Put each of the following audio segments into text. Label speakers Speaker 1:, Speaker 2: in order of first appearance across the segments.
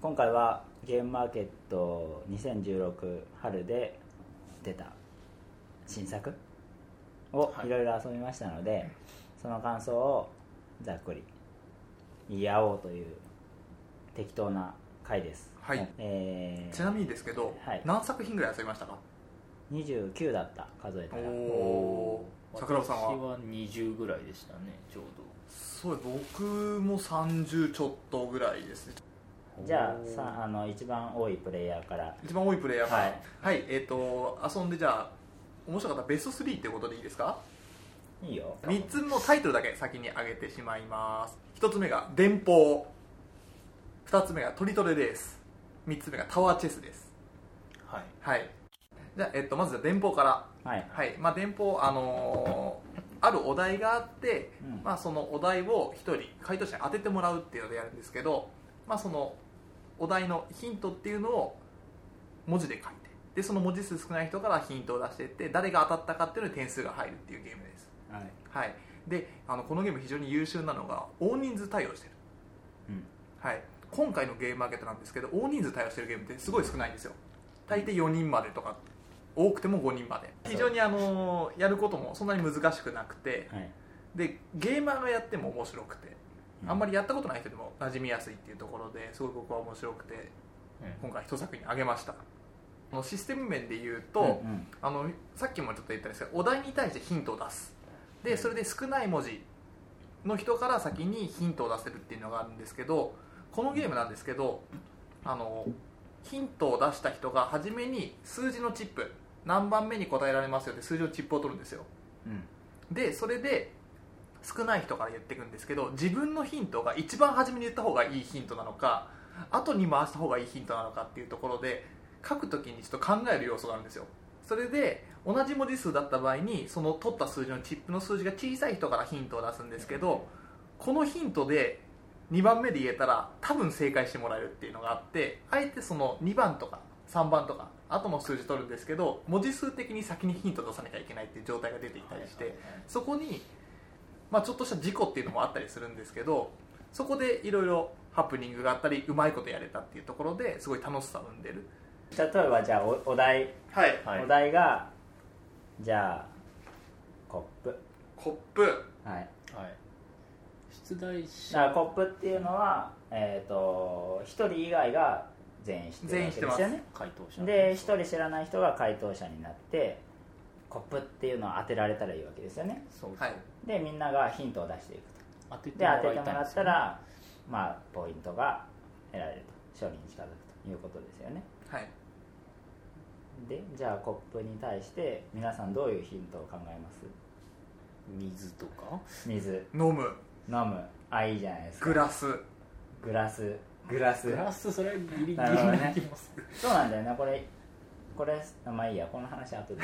Speaker 1: 今回はゲームマーケット2016春で出た新作を
Speaker 2: はい
Speaker 1: いろいろ遊びましたので、その感想をざっくり言い合おうという適当な回です
Speaker 2: はい
Speaker 1: えー
Speaker 2: ちなみにですけど、
Speaker 1: はい
Speaker 2: 何作品ぐらい遊びましたか
Speaker 1: 29だった数えた
Speaker 2: お
Speaker 1: ら
Speaker 2: おー桜庭さん
Speaker 3: 私
Speaker 2: は
Speaker 3: は20ぐらいでしたねちょう
Speaker 2: そう僕も30ちょっとぐらいですね
Speaker 3: ど
Speaker 1: じゃあさあの一番多いプレイヤーから
Speaker 2: 一番多いプレイヤーから
Speaker 1: は
Speaker 2: はいい、えっ、と遊んでじゃあ面白かったベスト3ってことでいいですか
Speaker 1: いいよ
Speaker 2: 3つのタイトルだけ先に挙げてしまいます1つ目が電報2つ目がトリトレレース3つ目がタワーチェスです
Speaker 3: はい
Speaker 2: はいじゃあ、えっと、まずじゃあ電報から
Speaker 1: はい
Speaker 2: はいまあ、電報、あのーあるお題があって、
Speaker 1: うん
Speaker 2: まあ、そのお題を1人回答者に当ててもらうっていうのでやるんですけど、まあ、そのお題のヒントっていうのを文字で書いてでその文字数少ない人からヒントを出していって誰が当たったかっていうのに点数が入るっていうゲームです、
Speaker 1: はい
Speaker 2: はい、であのこのゲーム非常に優秀なのが大人数対応してる、
Speaker 1: うん
Speaker 2: はい、今回のゲームマーケットなんですけど大人数対応してるゲームってすごい少ないんですよ大抵4人までとか多くても5人まで非常にあのやることもそんなに難しくなくて
Speaker 1: はい
Speaker 2: でゲーマーがやっても面白くてあんまりやったことない人でも馴染みやすいっていうところですごい僕は面白くて今回一作品あげましたあのシステム面で言うと、
Speaker 1: うんうん
Speaker 2: あのさっきもちょっと言ったんですけどお題に対してヒントを出すでそれで少ない文字の人から先にヒントを出せるっていうのがあるんですけどこのゲームなんですけどあのヒントを出した人が初めに数字のチップ何番目に答えられますよって数字のチップを取るんですよ
Speaker 1: うん
Speaker 2: でそれで少ない人から言っていくんですけど自分のヒントが一番初めに言った方がいいヒントなのか後に回した方がいいヒントなのかっていうところで書くときにちょっと考える要素があるんですよそれで同じ文字数だった場合にその取った数字のチップの数字が小さい人からヒントを出すんですけどこのヒントで2番目で言えたら多分正解してもらえるっていうのがあってあえてその2番とか3番とか後の数字取るんですけど文字数的に先にヒント出さなきゃいけないっていう状態が出ていたりして、そこに、まあ、ちょっとした事故っていうのもあったりするんですけどそこでいろいろハプニングがあったりうまいことやれたっていうところですごい楽しさを生んでる
Speaker 1: 例えばじゃあおお題
Speaker 2: はい
Speaker 3: はい
Speaker 1: お題がじゃあコップ
Speaker 2: コップ
Speaker 1: はい
Speaker 3: はい出題者
Speaker 1: だからコップっていうのはえっ、と一人以外が全員してる
Speaker 2: 全員
Speaker 1: わ
Speaker 2: 知っ
Speaker 1: けで
Speaker 2: てます
Speaker 1: すよね
Speaker 3: 回答者
Speaker 1: で一人知らない人が回答者になってコップっていうのを当てられたらいいわけですよね
Speaker 3: そうそう
Speaker 2: はい
Speaker 1: でみんながヒントを出していく
Speaker 3: 当て
Speaker 1: と
Speaker 3: て
Speaker 1: で
Speaker 3: もらい
Speaker 1: 当てて
Speaker 3: たい
Speaker 1: もらったらまあポイントが得られると勝利に近づくということですよね
Speaker 2: はい
Speaker 1: でじゃあコップに対して皆さんどういうヒントを考えます
Speaker 3: 水とか
Speaker 1: 水
Speaker 2: 飲む
Speaker 1: 飲むあいいじゃないですか
Speaker 2: グラス
Speaker 1: グラスグラス
Speaker 3: プラスそれはギリギリ
Speaker 1: なるほどね
Speaker 3: な気もする
Speaker 1: そうなんだよねこれこれまあいいやこの話後 で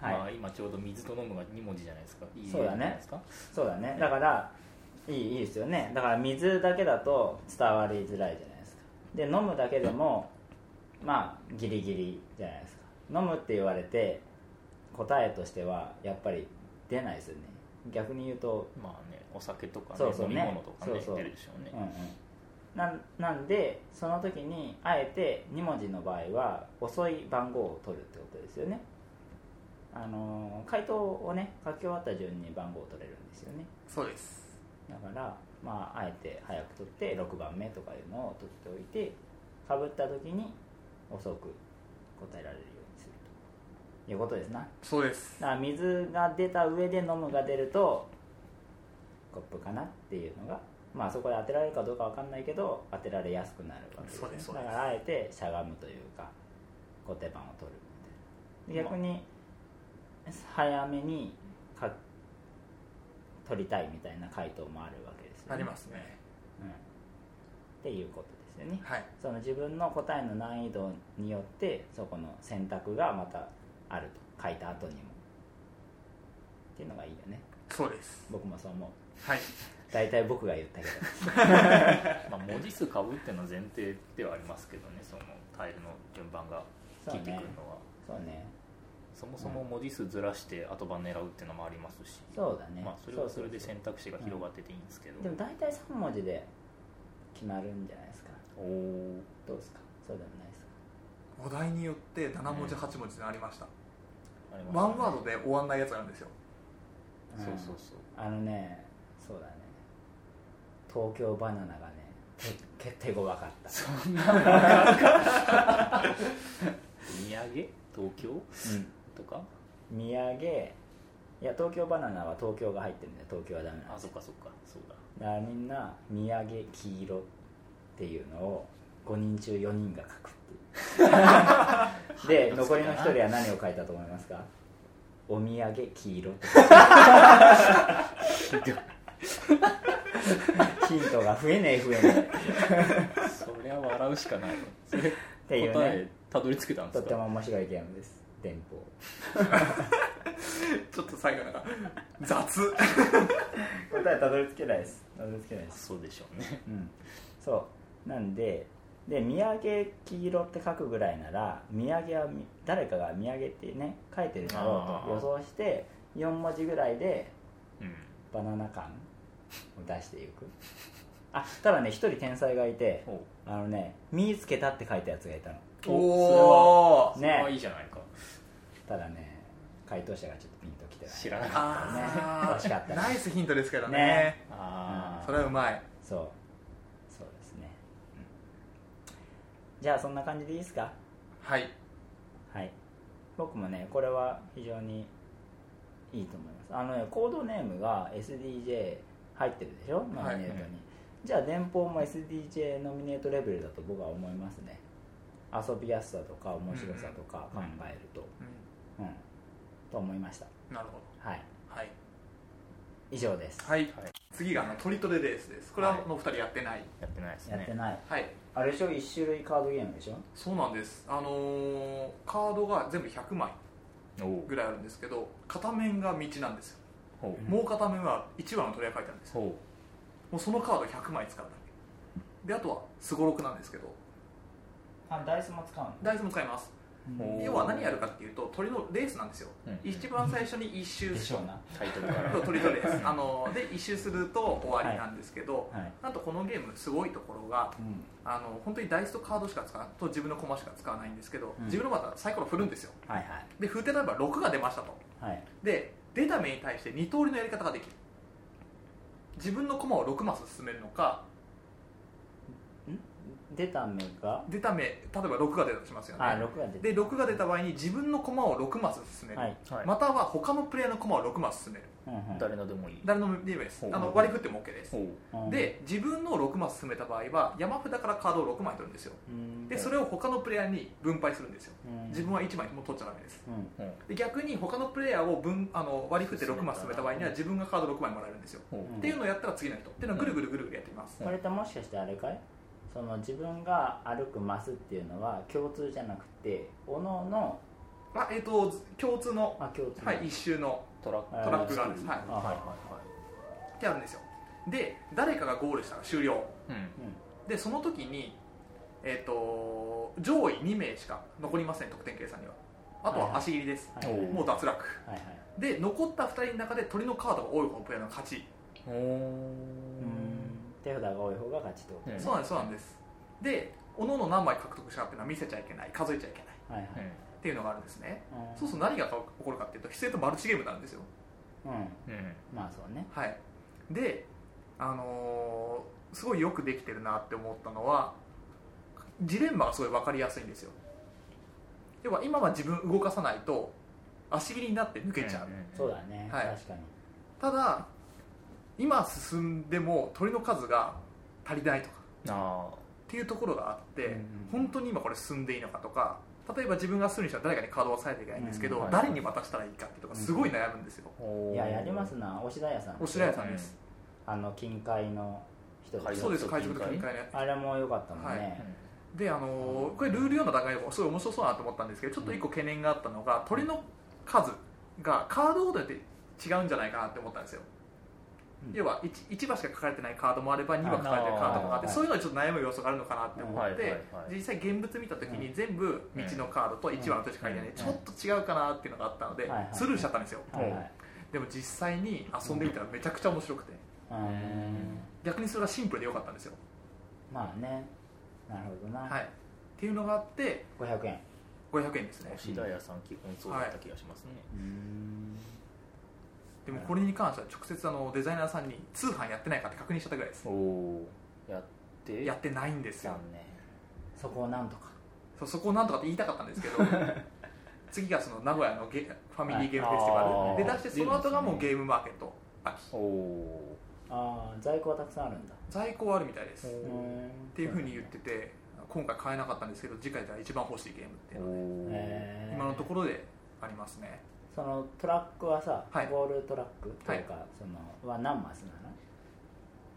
Speaker 1: はい、
Speaker 3: まあ今ちょうど水と飲むが2文字じゃないですかいい
Speaker 1: そうだね
Speaker 3: じゃないですか
Speaker 1: そうだねだからいいいいですよねだから水だけだと伝わりづらいじゃないですかで飲むだけでもまあギリギリじゃないですか飲むって言われて答えとしてはやっぱり出ないですよね逆に言うと
Speaker 3: まあねお酒とかね
Speaker 1: そうそうね
Speaker 3: 飲み物とかね
Speaker 1: そうそう
Speaker 3: 出るでしょうね
Speaker 1: うんうんなんなんでその時にあえて2文字の場合は遅い番号を取るってことですよねあのー回答をね書き終わった順に番号を取れるんですよね
Speaker 2: そうです
Speaker 1: だからまああえて早く取って6番目とかいうのを取っておいてかぶった時に遅く答えられるようにするということですな
Speaker 2: そうです
Speaker 1: だから水が出た上で飲むが出るとコップかなっていうのがまあそこで当てられるかどうかわかんないけど当てられやすくなるわけです,、
Speaker 2: そうですそう
Speaker 1: だ
Speaker 2: です
Speaker 1: からあえてしゃがむというか後手番を取るみたいなで逆に早めにか取りたいみたいな回答もあるわけですよね
Speaker 2: ありますね
Speaker 1: うん、っていうことですよね
Speaker 2: はい
Speaker 1: その自分の答えの難易度によってそこの選択がまたあると書いた後にもっていうのがいいよね
Speaker 2: そうです
Speaker 1: 僕もそう思う
Speaker 2: はい
Speaker 1: 大体僕が言 ったけど
Speaker 3: まあ、文字数かぶっての前提ではありますけどねそのタイルの順番が
Speaker 1: そ
Speaker 3: 切
Speaker 1: う
Speaker 3: ってくる
Speaker 1: ね
Speaker 3: のは
Speaker 1: そうね
Speaker 3: そ,、もそも文字数ずらして後番狙うっていうのもありますし、
Speaker 1: そうだね、
Speaker 3: まあ、それは
Speaker 1: う
Speaker 3: そうれ
Speaker 1: う
Speaker 3: で選択肢が広がってていいんですけど、
Speaker 1: でも大体3文字で決まるんじゃないですか
Speaker 3: おお
Speaker 1: どうですかそうでもないですか
Speaker 2: お題によって7文字8文字になりました、
Speaker 3: ありましたね
Speaker 2: ワンワードで終わんないやつなんですよ
Speaker 3: そう
Speaker 1: うん
Speaker 3: そうそ
Speaker 1: あのねそうだね東京バナナがねて手強かった
Speaker 3: うそんなのなんか土産東京とか
Speaker 1: 土産いや東京バナナは東京が入ってるんで東京はダメなん
Speaker 3: あ
Speaker 1: です
Speaker 3: そっ
Speaker 1: よ
Speaker 3: かそっかそうだ
Speaker 1: だからみんな「土産黄色」っていうのを5人中4人が書くって いうで残りの1人は何を書いたと思いますかお土産黄色 ヒントが増えねえ増えねえ
Speaker 3: そりゃ笑うしかないわそれ
Speaker 1: ていうね
Speaker 3: 答えたどり着けたんで
Speaker 1: と
Speaker 3: す
Speaker 1: って
Speaker 3: か
Speaker 1: も面白いゲームです電報
Speaker 2: ちょっと最後なんか雑
Speaker 1: 答えたどり着けないですたどり着けないです
Speaker 3: そうでしょうね
Speaker 1: うんそうなんでで土産黄色って書くぐらいなら土産はみ誰かが土産ってね書いてるだろうと予想して4文字ぐらいで
Speaker 3: うん
Speaker 1: バナナ感を出していくあただね一人天才がいて
Speaker 3: お
Speaker 1: あのね「見つけた」って書いたやつがいたの
Speaker 3: そ
Speaker 2: おお
Speaker 1: ね
Speaker 3: れはいいじゃないか
Speaker 1: ただね回答者がちょっとピンときてない
Speaker 3: 知らなかっ
Speaker 2: あ
Speaker 1: 惜しかっ
Speaker 2: ー
Speaker 1: たね
Speaker 2: ナイスヒントですけどね
Speaker 1: ね
Speaker 3: たああ
Speaker 2: それはうまい
Speaker 1: そうそうですね、うんじゃあそんな感じでいいですか
Speaker 2: はい
Speaker 1: はい僕もねこれは非常にいいと思いますあのねコードネームが SDJ 入ってるでしょノミネートに、
Speaker 3: はい
Speaker 1: じゃあ電報も SDJ ノミネートレベルだと僕は思いますね遊びやすさとか面白さとか考えると
Speaker 2: う
Speaker 1: うん、と思いました
Speaker 2: んなるほ
Speaker 1: はい
Speaker 2: どはい、
Speaker 1: 以上です、
Speaker 2: はい
Speaker 3: はい
Speaker 2: 次があのトリトレレースですこれはあのお二人やってない
Speaker 3: やってないです
Speaker 1: やって
Speaker 3: ね
Speaker 1: ない、
Speaker 2: はい
Speaker 1: あれでしょ1種類カードゲームでしょ
Speaker 2: そうなんですあのーカードが全部100枚
Speaker 3: おお
Speaker 2: ぐらいあるんですけど片面が道なんですよ
Speaker 3: ほ
Speaker 1: うん
Speaker 2: もう片面は1話の取り合い書いてあるんで
Speaker 3: う
Speaker 2: すよ
Speaker 3: ほ
Speaker 2: もうそのカード100枚使っただけであとはすごろくなんですけど
Speaker 1: あダイスも使うの
Speaker 2: ダイスも使います
Speaker 3: おー
Speaker 2: 要は何やるかっていうと鳥のレースなんですよ、
Speaker 3: うん
Speaker 2: 一番最初に1周
Speaker 1: ですしょうな
Speaker 3: うタイトル から
Speaker 2: 鳥のレースあので1周すると終わりなんですけど、
Speaker 1: はい、
Speaker 2: なんとこのゲームすごいところが
Speaker 1: うん、
Speaker 2: あの本当にダイスとカードしか使わないと自分の駒しか使わないんですけど、
Speaker 1: うん
Speaker 2: 自分のまたサイコロ振るんですよ
Speaker 1: はい
Speaker 2: で振って例えば6が出ましたと
Speaker 1: はいはい
Speaker 2: で出た目に対して2通りのやり方ができる自分の駒を6マス進めるのか
Speaker 1: 出た目が
Speaker 2: 出た目例えば6が出たとしますよね、
Speaker 1: あ6が出て
Speaker 2: で6が出た場合に自分の駒を6マス進める、
Speaker 1: はい、
Speaker 3: はい
Speaker 2: または他のプレイヤーの駒を6マス進める
Speaker 1: うんうん
Speaker 3: 誰のでもいい
Speaker 2: 誰のでもいいです
Speaker 3: ほう
Speaker 2: あの割り振っても OK です
Speaker 3: ほう
Speaker 1: うん
Speaker 2: で自分の6マス進めた場合は山札からカードを6枚取るんですよ
Speaker 1: うん
Speaker 2: でそれを他のプレイヤーに分配するんですよ
Speaker 1: うん
Speaker 2: 自分は1枚も取っちゃダメです
Speaker 1: うん
Speaker 3: ほう
Speaker 2: で逆に他のプレイヤーを分あの割り振って6枚進めた場合には自分がカード6枚もらえるんですよ
Speaker 3: ほ
Speaker 1: うん
Speaker 2: っていうのをやったら次の人っていうのをぐるぐるぐるぐるやってみます
Speaker 1: これってもしかしてあれかいその自分が歩くマスっていうのは共通じゃなくておのの
Speaker 2: あえっ、と共通の、
Speaker 1: あ共通
Speaker 2: はい、1周の
Speaker 3: トラック
Speaker 1: トラック
Speaker 2: があるんですはい
Speaker 3: はい
Speaker 1: あはい
Speaker 2: ってあるんですよで誰かがゴールしたら終了
Speaker 3: はいはいうん
Speaker 2: でその時にえっ、と上位2名しか残りません得点計算にはあとは足切りです、
Speaker 1: はいはい
Speaker 3: おー
Speaker 2: もう脱落
Speaker 1: はいはい
Speaker 2: で残った2人の中で鳥のカードが多い方のプレイヤーの勝ち、
Speaker 3: お
Speaker 1: うん手札が多い方が勝ちってこと
Speaker 3: うん
Speaker 2: そうなんですそうなんですでおのおの何枚獲得したかっていうのは見せちゃいけない数えちゃいけない
Speaker 1: はいはい
Speaker 2: っていうのがあるんですね
Speaker 1: うん
Speaker 2: そうすると何が起こるかっていうと必然とマルチゲームなんですよ
Speaker 1: うん
Speaker 3: うんうん
Speaker 1: まあそうね
Speaker 2: はいであのーすごいよくできてるなって思ったのはジレンマがすごい分かりやすいんですよ要は今は自分動かさないと足切りになって抜けちゃう、
Speaker 3: んん
Speaker 1: そうだね
Speaker 2: はい
Speaker 1: 確かに
Speaker 2: ただ今進んでも鳥の数が足りないとか
Speaker 3: ああ
Speaker 2: っていうところがあって、
Speaker 1: うんうん
Speaker 2: 本当に今これ進んでいいのかとか例えば自分がするにしたら誰かにカードを押さえていけないんですけど、
Speaker 3: うんはい
Speaker 2: 誰に渡したらいいかっていうとかすごい悩むんですよ、
Speaker 1: いややりますな押田屋さん
Speaker 2: おしらやさんです、
Speaker 1: あの近海の人で
Speaker 3: はい
Speaker 1: しょ
Speaker 2: そうです海
Speaker 3: 海賊
Speaker 2: 賊
Speaker 3: と
Speaker 2: と
Speaker 3: 金
Speaker 2: 金
Speaker 3: 塊
Speaker 2: 塊のやつ
Speaker 1: あれも良かったもん
Speaker 2: は
Speaker 1: ね
Speaker 2: であのーこれルール4の段階でもすごい面白そうだなと思ったんですけどちょっと一個懸念があったのが鳥の数がカードごとによって違うんじゃないかなって思ったんですよ、
Speaker 1: うん
Speaker 2: 要は 1, 1番しか書かれてないカードもあれば2番書かれてるカードもあって
Speaker 3: あー
Speaker 2: そういうのにちょっと悩む要素があるのかなって思
Speaker 3: はい
Speaker 2: っ
Speaker 3: はいは
Speaker 2: て
Speaker 3: い
Speaker 2: 実際現物見た時に全部道のカードと1番の人しか書いてない
Speaker 1: うん
Speaker 2: ちょっと違うかなっていうのがあったので
Speaker 1: はいはい
Speaker 2: スルーしちゃったんですよ
Speaker 1: はいはい
Speaker 2: でも実際に遊んでみたらめちゃくちゃ面白くて
Speaker 1: うん
Speaker 2: 逆にそれがシンプルで良かったんですよ
Speaker 1: うまあねなるほどな、
Speaker 2: はい、っていうのがあって
Speaker 1: 500円
Speaker 2: 500円ですね
Speaker 3: 吉田屋さん基本そうだった気がしますね、
Speaker 1: うーん
Speaker 2: でもこれに関しては直接あのデザイナーさんに通販やってないかって確認しちゃったぐらいです
Speaker 3: おおやって
Speaker 2: やってないんですよ
Speaker 3: 残念
Speaker 1: そこをなんとか
Speaker 2: そうそこをなんとかって言いたかったんですけ ど次がその名古屋のゲファミリーゲームフェスティバルで
Speaker 3: はいあー
Speaker 2: 出してその後がも
Speaker 3: いいうですね
Speaker 2: ゲームマーケット秋
Speaker 3: おお
Speaker 1: ああ在庫はたくさんあるんだ
Speaker 2: 在庫はあるみたいです
Speaker 3: へ
Speaker 2: っ
Speaker 1: う
Speaker 3: ー
Speaker 1: ーん
Speaker 2: ていうふうに言ってて今回買えなかったんですけど次回では一番欲しいゲームっていう
Speaker 3: お
Speaker 2: の
Speaker 3: お
Speaker 1: へー
Speaker 2: 今のところでありますね
Speaker 1: そのトラックはさ、
Speaker 2: はい
Speaker 1: ゴールトラックというか、そのは何マスな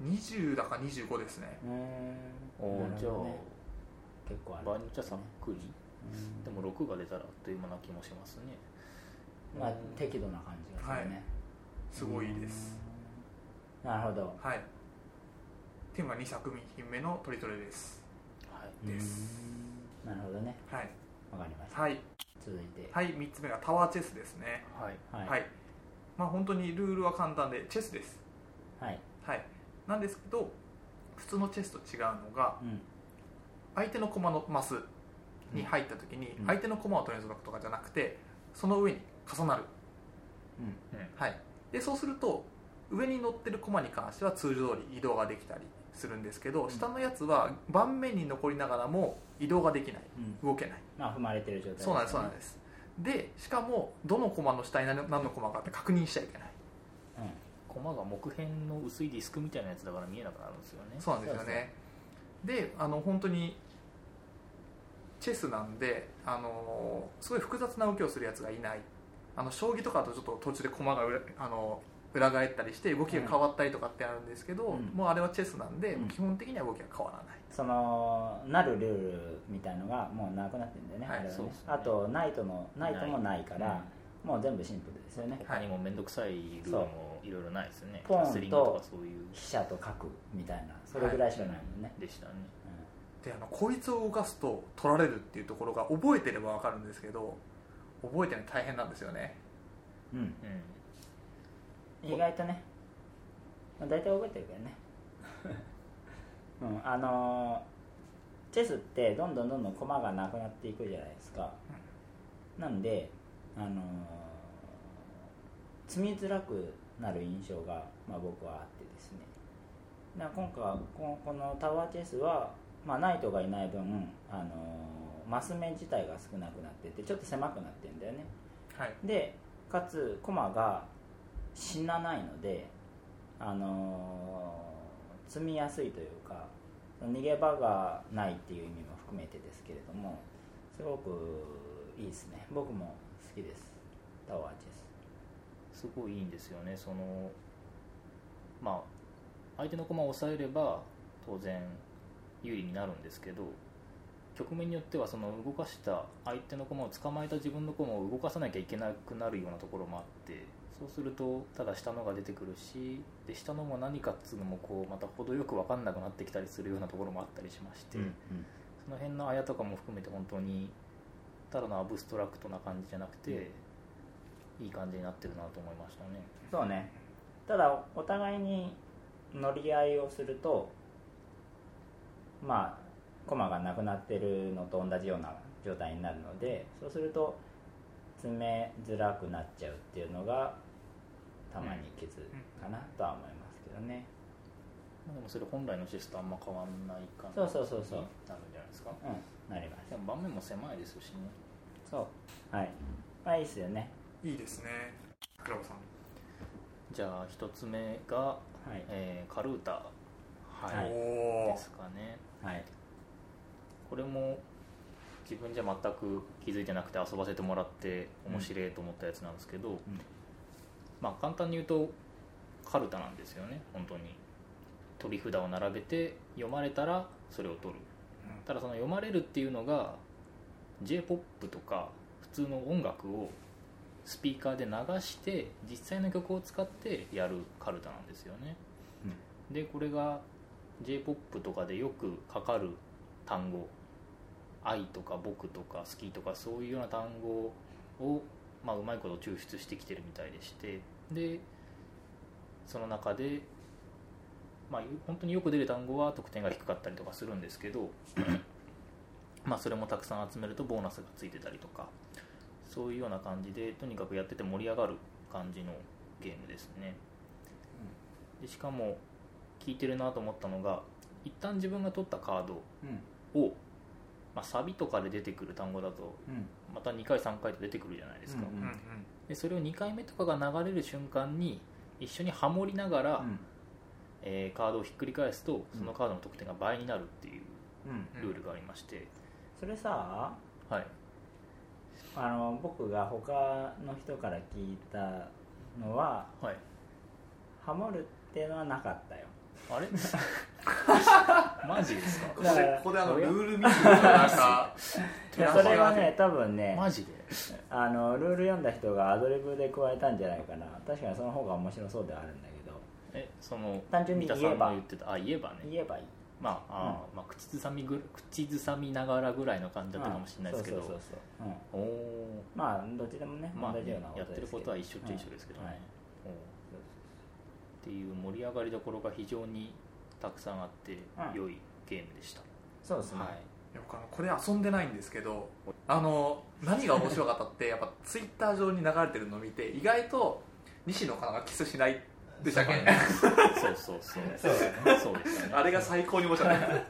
Speaker 1: の
Speaker 2: 20だか25ですね
Speaker 1: うーん
Speaker 3: お
Speaker 1: な
Speaker 3: ーじ
Speaker 1: る
Speaker 3: ゃ
Speaker 1: ほどね結構あ
Speaker 3: あ
Speaker 1: る
Speaker 3: 場合によっちゃさっくり
Speaker 1: うん
Speaker 3: でも6が出たらあっという間な気もしますね
Speaker 1: まあ適度な感じがするね、
Speaker 2: すごいです
Speaker 1: うんなるほど
Speaker 2: はいっていうのが2作品目の「トリトレ」です
Speaker 3: はい
Speaker 2: です
Speaker 1: うんなるほどね
Speaker 2: はい
Speaker 1: わかりました
Speaker 2: はい、
Speaker 1: 続いて
Speaker 2: はい、3つ目がタワーチェスですね
Speaker 3: はい
Speaker 1: はい
Speaker 2: はいまあ本当にルールは簡単でチェスです
Speaker 1: はい
Speaker 2: はいなんですけど普通のチェスと違うのが
Speaker 1: うん
Speaker 2: 相手の駒のマスに入った時に
Speaker 1: うん
Speaker 2: 相手の駒を取り除くとかじゃなくてその上に重なる
Speaker 1: うん
Speaker 2: はい、でそうすると上に乗ってる駒に関しては通常通り移動ができたりするんですけど、
Speaker 1: ん
Speaker 2: 下のやつは盤面に残りながらも移動ができない
Speaker 1: うん
Speaker 2: 動けない、
Speaker 1: まあ踏まれてる状態
Speaker 2: そうなんですそうなん
Speaker 1: で
Speaker 2: ですでしかもどの駒の下に何何の駒があって確認しちゃいけない
Speaker 1: すね
Speaker 3: 駒が木片の薄いディスクみたいなやつだから見えなくなるんですよね
Speaker 2: そうなんですよねであの本当にチェスなんであのすごい複雑な動きをするやつがいないあの将棋とかだとちょっと途中で駒が裏あの裏返ったりして動きが変わったりとかってあるんですけど、
Speaker 1: うん
Speaker 2: もうあれはチェスなんで、
Speaker 1: うん
Speaker 2: 基本的には動きが変わらない
Speaker 1: そのなるルールみたいのがもうなくなってるんだよね,、
Speaker 2: はい
Speaker 1: あれは
Speaker 3: そう
Speaker 1: ね
Speaker 3: ですね
Speaker 1: あとナイトのナイトもないか
Speaker 3: ない
Speaker 1: ら、もう全部シンプルですよね
Speaker 3: 他にも面倒くさいルールもいろいろないですよね
Speaker 1: そう
Speaker 3: キャスリングとかそういう
Speaker 1: 飛車と角みたいなそれぐらいしかないもんね、
Speaker 3: でしたね
Speaker 2: であのこいつを動かすと取られるっていうところが覚えてれば分かるんですけど覚えてるの大変なんですよね
Speaker 1: うん、
Speaker 3: う
Speaker 1: うん意外とね、まあ、大体覚えてるけどねうんあのーチェスってどんどんどんどん駒がなくなっていくじゃないですか、なんであのー積みづらくなる印象が、まあ、僕はあってですねだから今回はここのタワーチェスは、まあ、ナイトがいない分、あのーマス目自体が少なくなっててちょっと狭くなってんだよね
Speaker 2: はい
Speaker 1: でかつ駒が死なないので、あのー積みやすいというか逃げ場がないっていう意味も含めてですけれどもすごくいいですね僕も好きですタワーチ
Speaker 3: んすごいいいんですよねそのまあ相手の駒を抑えれば当然有利になるんですけど局面によってはその動かした相手の駒を捕まえた自分の駒を動かさなきゃいけなくなるようなところもあってそうするとただ下のが出てくるしで下のも何かっつうのもこうまた程よく分かんなくなってきたりするようなところもあったりしまして、
Speaker 1: ェス、
Speaker 3: その辺のあやとかも含めて本当にただのアブストラクトな感じじゃなくて、いい感じになってるなと思いましたね
Speaker 1: そうねただお互いに乗り合いをするとまあ駒がなくなってるのと同じような状態になるのでそうすると詰めづらくなっちゃうっていうのがたまに傷かなとは思いますけどね、
Speaker 3: まあでもそれ本来のシスとあんま変わんない感じ
Speaker 1: そうそうそうそう
Speaker 3: になるんじゃないですか
Speaker 1: うんなります
Speaker 3: でも盤面も狭いですしね
Speaker 1: そうはいまあいいっすよね
Speaker 2: いいですね倉子さん
Speaker 3: じゃあ一つ目が、
Speaker 1: はい
Speaker 3: えーカルータ、はい
Speaker 1: はい
Speaker 2: おお
Speaker 3: ですかね
Speaker 1: はい
Speaker 3: これも自分じゃ全く気づいてなくて遊ばせてもらって面白いと思ったやつなんですけど、まあ、簡単に言うとカルタなんですよね本当に取り札を並べて読まれたらそれを取るただその読まれるっていうのが j p o p とか普通の音楽をスピーカーで流して実際の曲を使ってやるカルタなんですよね、でこれが j p o p とかでよくかかる単語「愛」とか「僕」とか「好き」とかそういうような単語を、まあ、うまいこと抽出してきてるみたいでしてでその中でまあ、本当によく出る単語は得点が低かったりとかするんですけどまあそれもたくさん集めるとボーナスがついてたりとかそういうような感じでとにかくやってて盛り上がる感じのゲームですねでしかも聞いてるなと思ったのが一旦自分が取ったカード
Speaker 1: うん
Speaker 3: を、まあ、サビとかで出てくる単語だと
Speaker 1: うん
Speaker 3: また2回3回と出てくるじゃないですか、
Speaker 1: うんうん
Speaker 2: うん
Speaker 3: でそれを2回目とかが流れる瞬間に一緒にハモりながら、えーカードをひっくり返すとそのカードの得点が倍になるっていう
Speaker 1: うんうん
Speaker 3: ルールがありまして、
Speaker 1: それさ
Speaker 3: はい
Speaker 1: あの僕が他の人から聞いたのは
Speaker 3: はい
Speaker 1: ハモるっていうのはなかったよ
Speaker 3: あ れマジですか
Speaker 2: ここ
Speaker 1: だか
Speaker 2: で
Speaker 1: ら
Speaker 2: ここであのルールミスがなんか
Speaker 1: いやそれはね多分ね
Speaker 3: マジで
Speaker 1: あのルール読んだ人がアドリブで加えたんじゃないかな確かにその方が面白そうではあるんだけど
Speaker 3: えその
Speaker 1: 単純に
Speaker 3: 三田
Speaker 1: 言えば
Speaker 3: さんの言ってたあ言えばね
Speaker 1: 言えばいい
Speaker 3: まああー、まあ、口ずさみぐ口ずさみながらぐらいの感じだったかもしれないですけど、
Speaker 1: うんそうそうそうそう、うん、
Speaker 3: おお
Speaker 1: まあどっちでもね、
Speaker 3: まあね
Speaker 1: 同じようなこと
Speaker 3: やってることは一緒っちゃ一緒ですけどね、
Speaker 1: はい
Speaker 3: おーっていう盛り上がりどころが非常にたくさんあって、
Speaker 1: うん
Speaker 3: 良いゲームでした、
Speaker 1: そうですね、
Speaker 3: はい
Speaker 2: いや僕あのこれ遊んでないんですけどあの何が面白かったってやっぱツイッター上に流れてるのを見て意外と西野カナがキスしないでしたっけ
Speaker 3: はいそうそうそう
Speaker 1: そうだ
Speaker 3: そうですよね
Speaker 2: あれが最高に面白かった
Speaker 3: やっ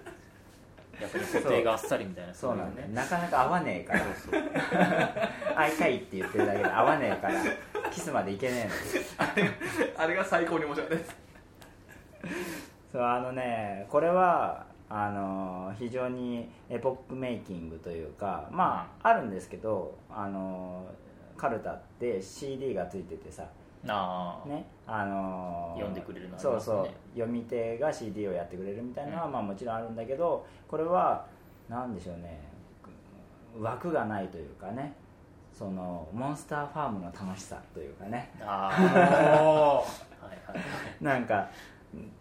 Speaker 3: ぱり固定があっさりみたいな
Speaker 1: そうなんだ
Speaker 3: い
Speaker 1: よ、なかなか合わねえから 会いたいって言ってるだけで合わねえからキスまでいけねえの
Speaker 2: あれが最高に面白いです
Speaker 1: そうあのねこれはあの非常にエポックメイキングというかまああるんですけどあのカルタって CD がついててさ、
Speaker 3: ああ、
Speaker 1: ねあの
Speaker 3: 読んでくれるのあり
Speaker 1: そう
Speaker 3: ますね
Speaker 1: そう読み手が CD をやってくれるみたいなのは、
Speaker 3: うん
Speaker 1: まあ、もちろんあるんだけどこれはなんでしょうね枠がないというかねそのモンスターファームの楽しさというかね
Speaker 3: ああはいはい
Speaker 1: なんかうん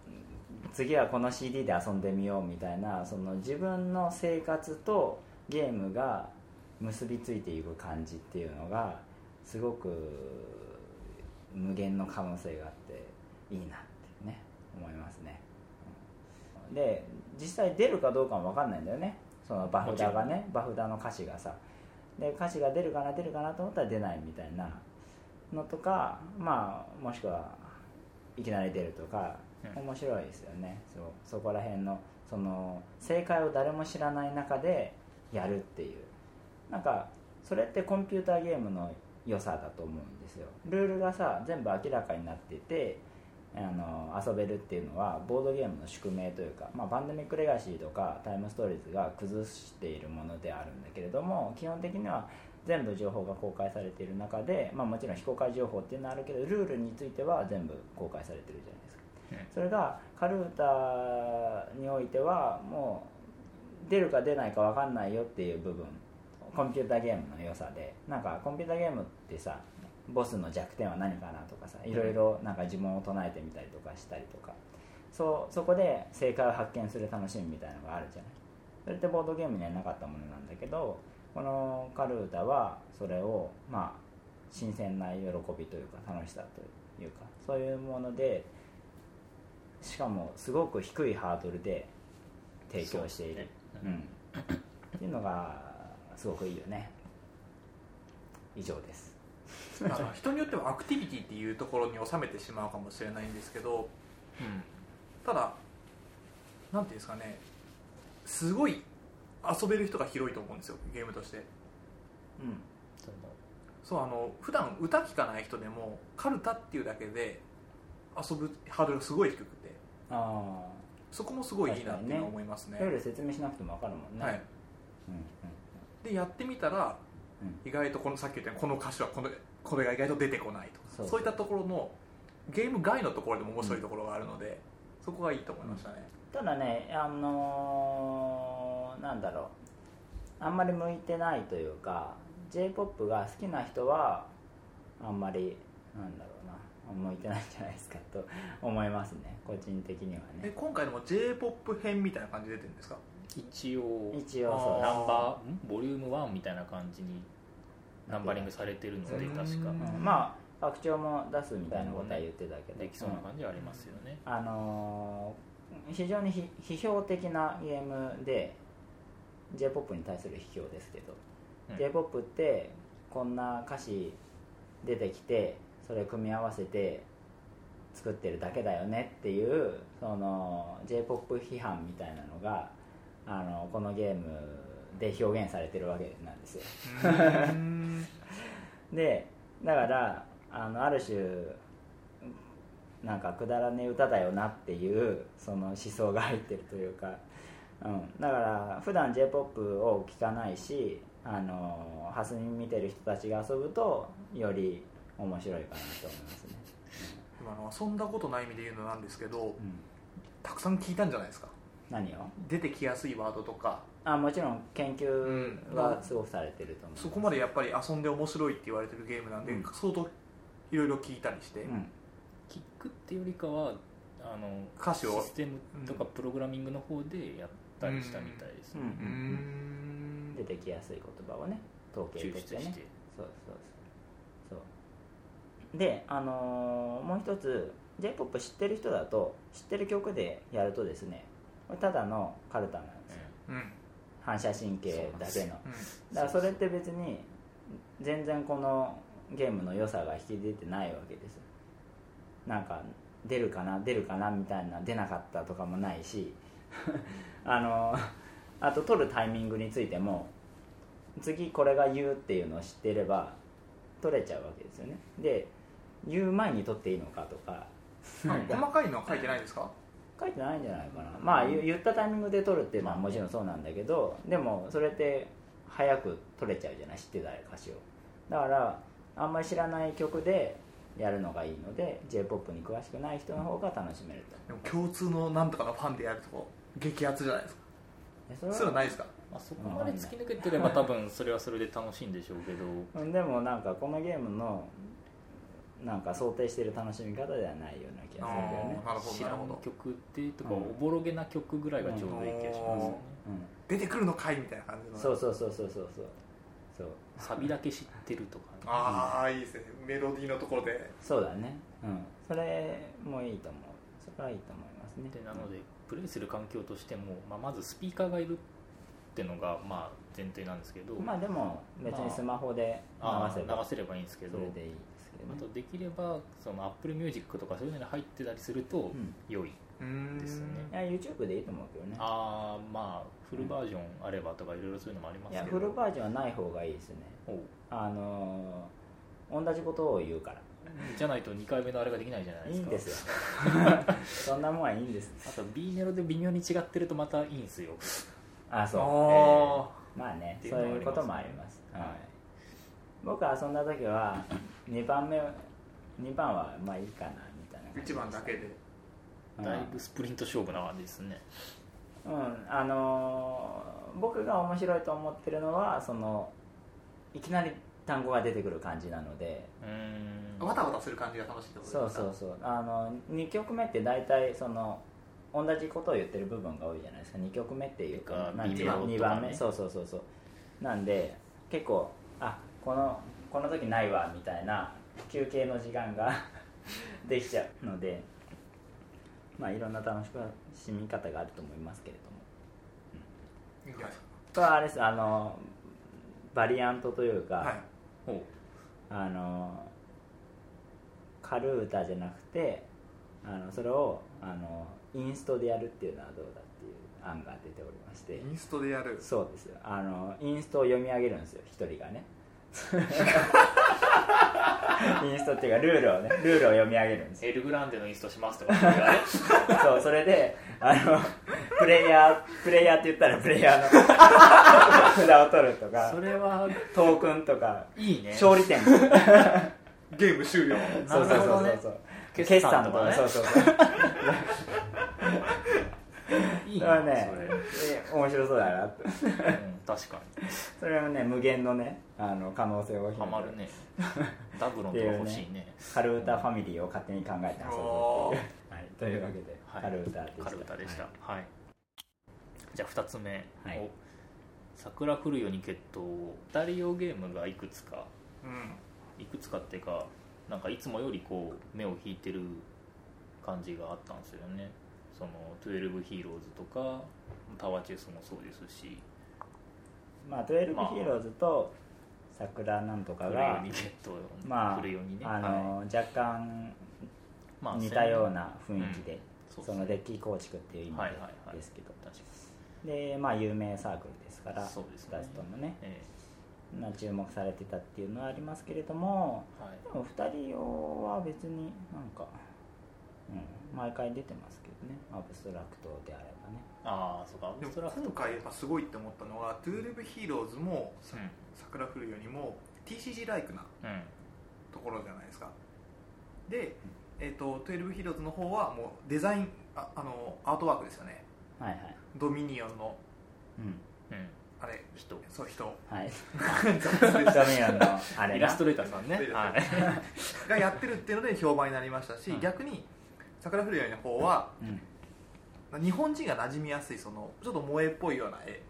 Speaker 1: 次はこの CD で遊んでみようみたいなその自分の生活とゲームが結びついていく感じっていうのがすごく無限の可能性があっていいなってね思いますねうんで実際出るかどうかも分かんないんだよねそのバフダがねバフダの歌詞がさで歌詞が出るかな出るかなと思ったら出ないみたいなのとかまあもしくはいきなり出るとか
Speaker 3: うん
Speaker 1: 面白いですよねそうそこら辺のその正解を誰も知らない中でやるっていうなんかそれってコンピューターゲームの良さだと思うんですよルールがさ全部明らかになっててあの遊べるっていうのはボードゲームの宿命というか、まあ、パンデミック・レガシーとかタイムストーリーズが崩しているものであるんだけれども基本的には全部情報が公開されている中で、まあ、もちろん非公開情報っていうのはあるけどルールについては全部公開されてるじゃないですかそれがカルータにおいてはもう出るか出ないか分かんないよっていう部分コンピューターゲームの良さでなんかコンピューターゲームってさボスの弱点は何かなとかさいろいろなんか呪文を唱えてみたりとかしたりとかそうそこで正解を発見する楽しみみたいなのがあるじゃないそれってボードゲームにはなかったものなんだけどこのカルータはそれをまあ新鮮な喜びというか楽しさというかそういうものでしかもすごく低いハードルで提供している
Speaker 3: そう
Speaker 1: う、
Speaker 3: ね
Speaker 1: ん、っていうのがすごくいいよね以上です
Speaker 2: あの人によってはアクティビティっていうところに収めてしまうかもしれないんですけど
Speaker 3: うん
Speaker 2: ただなんていうんですかねすごい遊べる人が広いと思うんですよゲームとして
Speaker 1: うん
Speaker 3: その
Speaker 2: そうあの普段歌聞かない人でもカルタっていうだけで遊ぶハードルがすごい低くて
Speaker 1: あ
Speaker 2: そこもすごいいいなっていうのは思います
Speaker 1: あ
Speaker 2: ね
Speaker 1: いろいろ説明しなくても分かるもんね、
Speaker 2: はい、
Speaker 1: うん
Speaker 2: でやってみたら
Speaker 1: うんうん
Speaker 2: 意外とこのさっき言ったようにこの歌詞はこのこれが意外と出てこないとか
Speaker 1: そ
Speaker 2: そうういったところのゲーム外のところでも面白いところがあるので、そこがいいと思いましたね、
Speaker 1: ただねあのーなんだろうあんまり向いてないというか j p o p が好きな人はあんまりなんだろうな向いてないんじゃないですかと 思いますね個人的には
Speaker 2: で
Speaker 1: ね
Speaker 2: 今回のも j p o p 編みたいな感じで出てるんですか
Speaker 3: 一応
Speaker 1: 一応そう
Speaker 2: あ
Speaker 1: で
Speaker 3: ナ
Speaker 1: す
Speaker 3: ンバーんボリューム1みたいな感じにナンバリングされてるので
Speaker 2: うん
Speaker 3: 確か
Speaker 1: うんまあ拡張も出すみたいなことは言ってたけど
Speaker 3: できそうな感じはありますよね、
Speaker 1: あのー非常にひ批評的なゲームで j p o p に対する批評ですけど、
Speaker 3: うん
Speaker 1: j p o p ってこんな歌詞出てきてそれを組み合わせて作ってるだけだよねっていうその j p o p 批判みたいなのがあのこのゲームで表現されてるわけなんですよ
Speaker 2: うん
Speaker 1: でだからあのある種なんかくだらねえ歌だよなっていうその思想が入ってるというか、うん、だから普段 j p o p を聴かないしあの蓮見見てる人たちが遊ぶとより面白いかなと思いますね、
Speaker 2: 今あの遊んだことない意味で言うのなんですけど
Speaker 1: うん、
Speaker 2: たくさん聞いたんじゃないですか
Speaker 1: 何を
Speaker 2: 出てきやすいワードとか
Speaker 1: あもちろん研究はすごくされてると思う、
Speaker 2: そこまでやっぱり遊んで面白いって言われてるゲームなんで、
Speaker 1: うん
Speaker 2: 相当いろいろ聞いたりして、
Speaker 1: うん
Speaker 3: キックっていうよりかはあの
Speaker 2: 歌詞を
Speaker 3: システムとかプログラミングの方でやったりしたみたいですね、
Speaker 1: うん
Speaker 2: うーん
Speaker 1: 出てきやすい言葉をね統計
Speaker 3: 抽
Speaker 1: 的
Speaker 3: 出
Speaker 1: に
Speaker 3: し
Speaker 1: ね
Speaker 3: て、
Speaker 1: そうそうそうそうであのーもう一つ j p o p 知ってる人だと知ってる曲でやるとですねこれただのカルタなんですよ
Speaker 2: うん
Speaker 1: 反射神経だ
Speaker 3: そう
Speaker 1: け
Speaker 3: なんです
Speaker 1: の
Speaker 3: よ
Speaker 2: う
Speaker 1: だからそれって別に全然このゲームの良さが引き出てないわけですなんか出るかな出るかなみたいな出なかったとかもないし あのあと取るタイミングについても次これが言うっていうのを知っていれば取れちゃうわけですよねで言う前に取っていいのかとか
Speaker 2: んあ細かいのは書いてないですか
Speaker 1: 書いてないんじゃないかなまあ言言ったタイミングで取るっていうのはもちろんそうなんだけどでもそれって早く取れちゃうじゃない知ってた歌詞をだからあんまり知らない曲でやるのがいいので j p o p に詳しくない人の方が楽しめると
Speaker 2: でも共通のなんとかのファンでやるとこ激アツじゃないですか
Speaker 1: でそ
Speaker 2: そういうのない
Speaker 1: い
Speaker 2: ですか
Speaker 3: まあ、そこまで突き抜けてれば多分それはそれで楽しいんでしょうけど
Speaker 1: でもなんかこのゲームのなんか想定してる楽しみ方ではないような気がするけどね
Speaker 2: あーなるほど
Speaker 3: 知ら
Speaker 2: なる
Speaker 3: ん
Speaker 2: ほど
Speaker 3: 曲ってとか
Speaker 1: うん
Speaker 3: おぼろげな曲ぐらいがちょうどいい気がしますよね、
Speaker 2: 出てくるのかいみたいな感じ
Speaker 1: う
Speaker 2: の
Speaker 1: ん、そうそうそうそうそうそうそう
Speaker 3: サビだけ知ってるとか、
Speaker 2: ああいいですねメロディーのところで
Speaker 1: そうだねうんそれもいいと思うそれはいいと思いますね
Speaker 3: でなのでプレイする環境としても、まあ、まずスピーカーがいるってのがまあ前提なんですけど、
Speaker 1: まあでも別にスマホで流
Speaker 3: あー
Speaker 1: せば
Speaker 3: 流せればいいんですけ
Speaker 1: そ
Speaker 3: ど
Speaker 1: れでいいですけど
Speaker 3: あ
Speaker 1: ね
Speaker 3: とできればその Apple Music とかそういうのに入ってたりすると
Speaker 1: うん
Speaker 3: 良い、
Speaker 2: うーん
Speaker 3: ですね
Speaker 1: いや YouTube でいいと思うけどね
Speaker 3: ああまあフルバージョンあればとかいろいろそういうのもありま
Speaker 1: い
Speaker 3: す
Speaker 1: や
Speaker 3: け
Speaker 1: フ
Speaker 3: ど
Speaker 1: ルバージョンはない方がいいですね
Speaker 3: おう
Speaker 1: あのー同じことを言うから
Speaker 3: じゃないと2回目のあれができないじゃない
Speaker 1: い
Speaker 3: で
Speaker 1: い
Speaker 3: す
Speaker 1: ん
Speaker 3: か
Speaker 1: ですよ そんなもんはいいんです
Speaker 3: あと B メロで微妙に違ってるとまたいいんですよ
Speaker 1: あ
Speaker 2: あ
Speaker 1: そ
Speaker 2: あ
Speaker 1: うまあね
Speaker 3: っていう
Speaker 1: そう
Speaker 3: の
Speaker 1: い
Speaker 3: はありますね
Speaker 1: うこともあります
Speaker 3: はい
Speaker 1: はい僕遊んだ時は2番目2番はまあいいかなみたいな感じで
Speaker 2: 一
Speaker 1: した
Speaker 2: 番だけで
Speaker 1: うん
Speaker 3: だいぶスプリント勝負な感じですね
Speaker 1: うんあのー僕が面白いと思ってるのはそのいきなり単語が出てくる感じなので
Speaker 3: うーん
Speaker 2: わたわたする感じが楽しいってことですか
Speaker 1: そうそうそうあの2曲目って大体その同じことを言ってる部分が多いじゃないですか2曲目っていうか
Speaker 3: とか
Speaker 1: なんて
Speaker 3: 微
Speaker 1: いう
Speaker 3: 妙
Speaker 1: の
Speaker 3: とかね
Speaker 1: 2番目そうそうそうそうなんで結構あこのこの時ないわみたいな休憩の時間が できちゃうのでまあいろんな楽しみ方があると思いますけれども
Speaker 2: いいんじゃないです
Speaker 1: これはあれですあのバリアントというか、
Speaker 2: かはい
Speaker 3: おう
Speaker 1: あの軽い歌じゃなくてあのそれをあのインストでやるっていうのはどうだっていう案が出ておりまして
Speaker 2: インストでやる
Speaker 1: そうですよあのインストを読み上げるんですよ一人がねインストっていうかルールをねルールを読み上げるんですよ
Speaker 3: エルグランデのインストしますとかそういうあれ
Speaker 1: そうそれであのプレイヤープレイヤーって言ったらプレイヤーの 札を取るとか
Speaker 3: それは
Speaker 1: トークンとか
Speaker 3: いいね
Speaker 1: 勝利 点
Speaker 2: ゲーム 終了
Speaker 1: そうそうそう
Speaker 3: なるほ
Speaker 1: そ
Speaker 3: ど
Speaker 1: う
Speaker 3: 決
Speaker 1: 決算
Speaker 3: 算と
Speaker 1: と
Speaker 3: か
Speaker 1: か
Speaker 3: ね
Speaker 1: ねそうそうそうだか
Speaker 3: いいね
Speaker 1: らね
Speaker 3: それ、
Speaker 1: で面白そうだなって
Speaker 3: うん、確か
Speaker 1: それはね無限のねあの可能性を
Speaker 3: にハマる ねダブロンとか欲しいね
Speaker 1: カルータファミリーを勝手に考えて遊ぶ
Speaker 2: お
Speaker 1: ってい
Speaker 2: ー
Speaker 1: う、はい、というわけで、
Speaker 3: はい
Speaker 1: カルータでした
Speaker 3: カルタでしたはい、じゃあ2つ目を、
Speaker 1: はい
Speaker 3: 桜降るように決闘2人用ゲームがいくつか
Speaker 2: うん
Speaker 3: いくつかっていうかなんかいつもよりこう目を引いてる感じがあったんですよねその12ヒーローズとかタワーチェスもそうですし
Speaker 1: まあ12ヒ
Speaker 3: まあ
Speaker 1: ーローズと桜なんとか
Speaker 3: 古い
Speaker 1: が
Speaker 3: 鬼ゲット
Speaker 1: まあ
Speaker 3: 古い鬼ね
Speaker 1: あの若干
Speaker 3: まあ
Speaker 1: 似たような雰囲気
Speaker 3: う
Speaker 1: で
Speaker 3: んそうです
Speaker 1: そ
Speaker 3: ね
Speaker 1: のデッキ構築っていう意味
Speaker 3: はいはいはい
Speaker 1: でですけど
Speaker 3: 確かに
Speaker 1: でまあ有名サークルですから
Speaker 3: そうですね
Speaker 1: 2つともね
Speaker 3: え
Speaker 1: まあ注目されてたっていうのはありますけれども
Speaker 3: えはい
Speaker 1: でも2人用は別になんか、うん、毎回出てますけどねアブストラクトであればね
Speaker 3: ああそうかアブスト
Speaker 2: で
Speaker 3: ラ
Speaker 2: も
Speaker 3: クト
Speaker 2: 今回やっぱすごいって思ったのは「12ヒーローズ」も
Speaker 3: うん
Speaker 2: 「桜降るよ」にも TCG ライクな
Speaker 3: うん
Speaker 2: ところじゃないですかで、えー、と12ヒーローズの方はもうデザインああのアートワークですよね
Speaker 1: はいはい
Speaker 2: ドミニオンの
Speaker 1: うん
Speaker 3: うん
Speaker 2: あれ
Speaker 3: 人
Speaker 2: そ う人
Speaker 1: はいドミニオンの あれな
Speaker 3: イラストレーターさんね
Speaker 2: イラ
Speaker 3: はい
Speaker 2: がやってるっていうので評判になりましたし、
Speaker 3: うん
Speaker 2: 逆に桜降るようの方は
Speaker 1: うん
Speaker 2: 日本人が馴染みやすいそのちょっと萌えっぽいような絵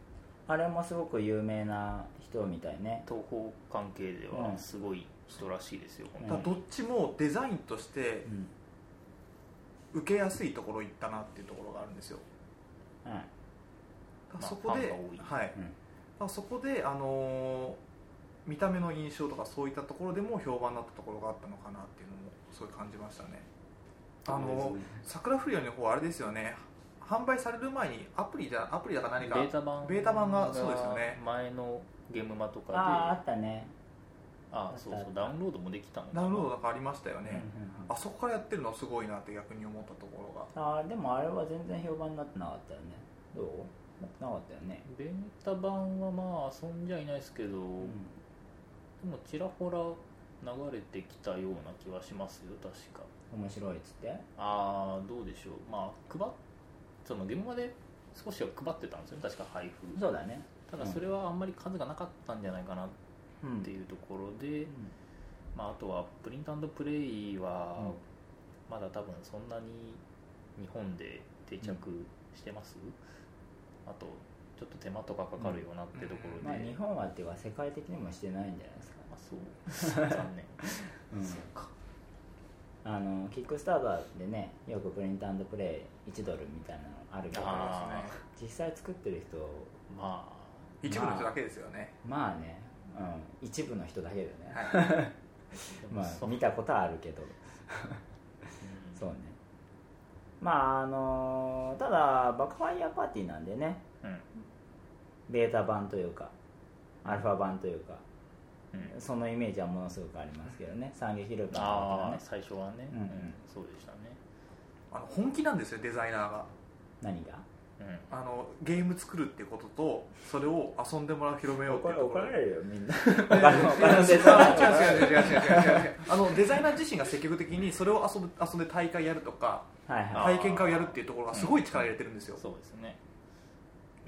Speaker 1: あれもすごく有名な人みたいね
Speaker 3: 東方関係で
Speaker 1: う
Speaker 3: は
Speaker 1: ん
Speaker 3: すごい人らしいですよ、
Speaker 1: う
Speaker 3: 本当
Speaker 1: ん
Speaker 3: に
Speaker 2: だからどっちもデザインとして
Speaker 1: うん、
Speaker 2: 受けやすいところ行ったなっていうところがあるんですよ
Speaker 1: うん
Speaker 2: だから
Speaker 3: まあ
Speaker 2: そこ
Speaker 3: フ
Speaker 2: で、
Speaker 3: ァンが多い
Speaker 2: はい、だ
Speaker 1: うん
Speaker 2: からそこで、あのー見た目の印象とかそういったところでも評判になったところがあったのかなっていうのもすごい感じましたねあのー桜フリオの方はあれですよね販売される前にアプリじゃアプリだか何か
Speaker 3: ベータ版
Speaker 2: ベータ版がそうですよね
Speaker 3: 前のゲームマとかで
Speaker 1: あああ
Speaker 3: あ
Speaker 1: ったね
Speaker 3: あそうそうダウンロードもできたのかな
Speaker 2: ダウンロードなんかありましたよね、
Speaker 1: うんうんうん
Speaker 2: あそこからやってるのはすごいなって逆に思ったところが
Speaker 1: あーでもあれは全然評判になってなかったよねどうなってなかったよね
Speaker 3: ベータ版はまあ遊んじゃいないですけど、
Speaker 1: うん
Speaker 3: でもちらほら流れてきたような気はしますよ確か
Speaker 1: 面白いっつって
Speaker 3: ああどうでしょうまあ配っその現場で少しは配ってたんですよね確か配布
Speaker 1: そうだね
Speaker 3: ただそれはあんまり数がなかったんじゃないかなっ
Speaker 1: うん
Speaker 3: ていうところで、
Speaker 1: うん
Speaker 3: まあ、あとはプリントプレイ
Speaker 1: うん
Speaker 3: はまだ多分そんなに日本で定着してます、あとちょっと手間とかかかるようなってところで、
Speaker 1: まあ日本はっていうか世界的にもしてないんじゃないですか、
Speaker 3: まあそう 残念
Speaker 1: そうかあのキックスターバーでねよくプリントプレイ1ドルみたいなのあるけど
Speaker 3: あー
Speaker 1: 実際作ってる人
Speaker 3: ま
Speaker 1: うん
Speaker 2: 一部の人だけですよね、
Speaker 1: まあね、うん、一部の人だけだよね、
Speaker 2: はい、
Speaker 3: あでも
Speaker 1: まあ
Speaker 3: そ
Speaker 1: 見たことはあるけど
Speaker 3: うん
Speaker 1: そうねまああのーただバックファイヤーパーティーなんでね
Speaker 3: うん
Speaker 1: ベータ版というかアルファ版というか
Speaker 3: うん
Speaker 1: そのイメージはものすごくありますけどね三撃ルーパーとか
Speaker 3: ああ
Speaker 1: ね
Speaker 3: 最初はね、
Speaker 1: うん
Speaker 3: そうでしたね、
Speaker 2: あの本気なんですよデザイナーが
Speaker 1: 何が
Speaker 3: うん
Speaker 2: あのゲーム作るっていうこととそれを遊んでもらう広めようっていうとこ
Speaker 1: 怒
Speaker 2: ろ
Speaker 1: られるよみ んな
Speaker 2: いやいや
Speaker 1: 他のデザイナー
Speaker 2: 違う違う違う違う違う違うあのデザイナー自身が積極的にそれを遊ぶ遊んで大会やるとか
Speaker 1: はいはい
Speaker 3: あー
Speaker 2: 体験会をやるっていうところがすごい力入れてるんですよ、
Speaker 3: そうですね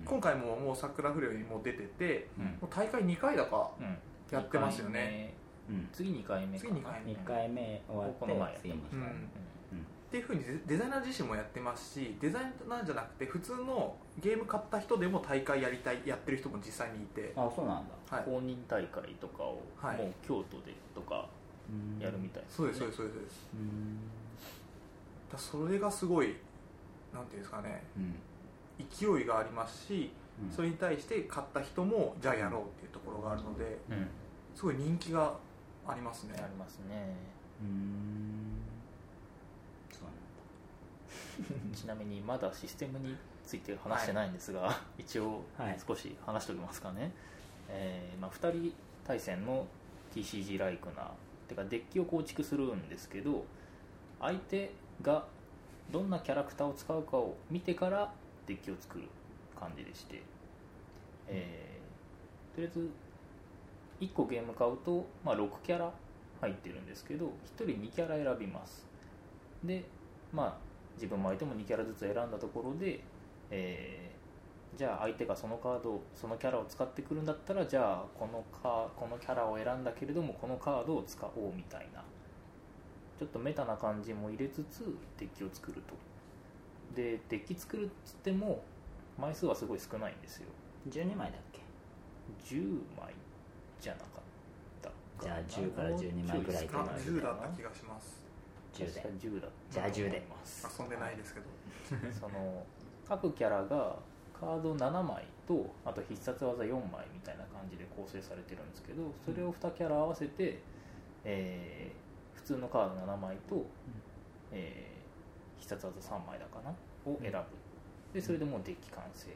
Speaker 2: 今回ももう桜不良にもう出てて
Speaker 3: うん
Speaker 2: もう大会2回だか
Speaker 3: うん
Speaker 2: やってますよね
Speaker 1: うん
Speaker 3: 次2回目かな
Speaker 2: 次二回目
Speaker 1: 2回目終わ
Speaker 3: この
Speaker 1: っ
Speaker 3: 前
Speaker 1: て
Speaker 3: や
Speaker 1: 次に
Speaker 2: う
Speaker 1: うん
Speaker 2: んっていうふうにデザイナー自身もやってますしデザイナーじゃなくて普通のゲーム買った人でも大会やりたいやってる人も実際にいて、
Speaker 1: あそうなんだ
Speaker 2: はい、
Speaker 3: 公認大会とかを、
Speaker 2: はい
Speaker 3: もう京都でとか
Speaker 1: うん
Speaker 3: やるみたいな、
Speaker 2: そうですそうですそうですそうです
Speaker 1: うん
Speaker 2: だそれがすごいなんていうんですかね
Speaker 1: うん
Speaker 2: 勢いがありますし
Speaker 1: うん
Speaker 2: それに対して買った人もじゃあやろうっていうところがあるので
Speaker 3: うん
Speaker 2: すごい人気がありますね
Speaker 3: ありますね
Speaker 1: うんそうなんだ
Speaker 3: ちなみにまだシステムについて話してないんですが、一応
Speaker 1: はい
Speaker 3: 少し話しておきますかね、えーまあ、2人対戦の TCG ライクなてかデッキを構築するんですけど相手がどんなキャラクターを使うかを見てからデッキを作る感じでして、えーとりあえず1個ゲーム買うと、まあ、6キャラ入ってるんですけど1人2キャラ選びますでまあ自分も相手も2キャラずつ選んだところで、えーじゃあ相手がそのカードそのキャラを使ってくるんだったらじゃあこのカこのキャラを選んだけれどもこのカードを使おうみたいなちょっとメタな感じも入れつつデッキを作るとでデッキ作るっつっても枚数はすごい少ないんですよ
Speaker 1: 12枚だっけ
Speaker 3: 10枚じゃなかったかな
Speaker 1: じゃあ10から12枚ぐらい
Speaker 2: あ
Speaker 1: かな
Speaker 2: 10だった気がします
Speaker 1: 10で
Speaker 3: 確か10だ
Speaker 1: じゃあ10で
Speaker 3: 思います
Speaker 2: 遊んでないですけど
Speaker 3: その各キャラがカード7枚とあと必殺技4枚みたいな感じで構成されてるんですけどそれを2キャラ合わせて、えー普通のカード7枚と、えー必殺技3枚だかなを選ぶでそれでもうデッキ完成っ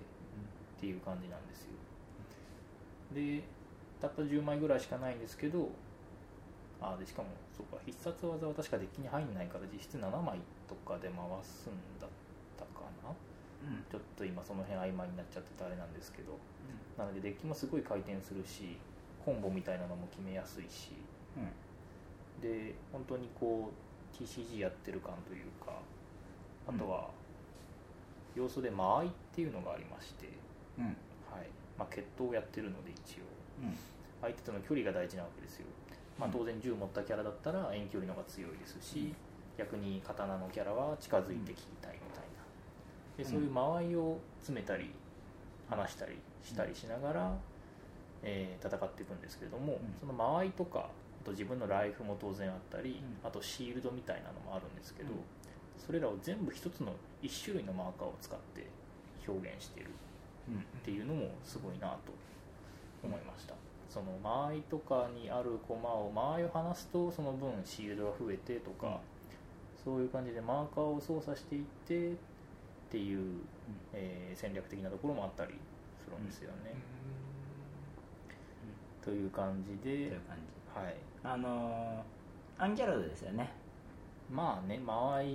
Speaker 3: ていう感じなんですよでたった10枚ぐらいしかないんですけどあでしかもそうか必殺技は確かデッキに入んないから実質7枚とかで回すんだったかな
Speaker 1: うん
Speaker 3: ちょっと今その辺曖昧になっちゃっててあれなんですけどなのでデッキもすごい回転するしコンボみたいなのも決めやすいし
Speaker 1: うん
Speaker 3: で本当にこう TCG やってる感というかあとは要素で間合いっていうのがありまして、
Speaker 1: うんうん
Speaker 3: はいまあ、決闘をやってるので一応
Speaker 1: うん
Speaker 3: 相手との距離が大事なわけですよ、まあ
Speaker 1: うん
Speaker 3: 当然銃持ったキャラだったら遠距離の方が強いですし逆に刀のキャラは近づいて聞きたいみたいなでそういう間合いを詰めたり離したりしたりしながら、えー戦っていくんですけれども、
Speaker 1: ん
Speaker 3: その間合いとかあと自分のライフも当然あったり、
Speaker 1: う
Speaker 3: あとシールドみたいなのもあるんですけど、
Speaker 1: うん
Speaker 3: それらを全部一つの1種類のマーカーを使って表現してる
Speaker 1: うん
Speaker 3: っていうのもすごいなと思いましたその間合いとかにある駒を間合いを離すとその分シールドが増えてとか、そういう感じでマーカーを操作していってっていう、えー戦略的なところもあったりするんですよね、という感じ
Speaker 1: とい
Speaker 3: で
Speaker 1: う、感じ
Speaker 3: はい、
Speaker 1: あのーアンギャロードですよね
Speaker 3: まあね間合い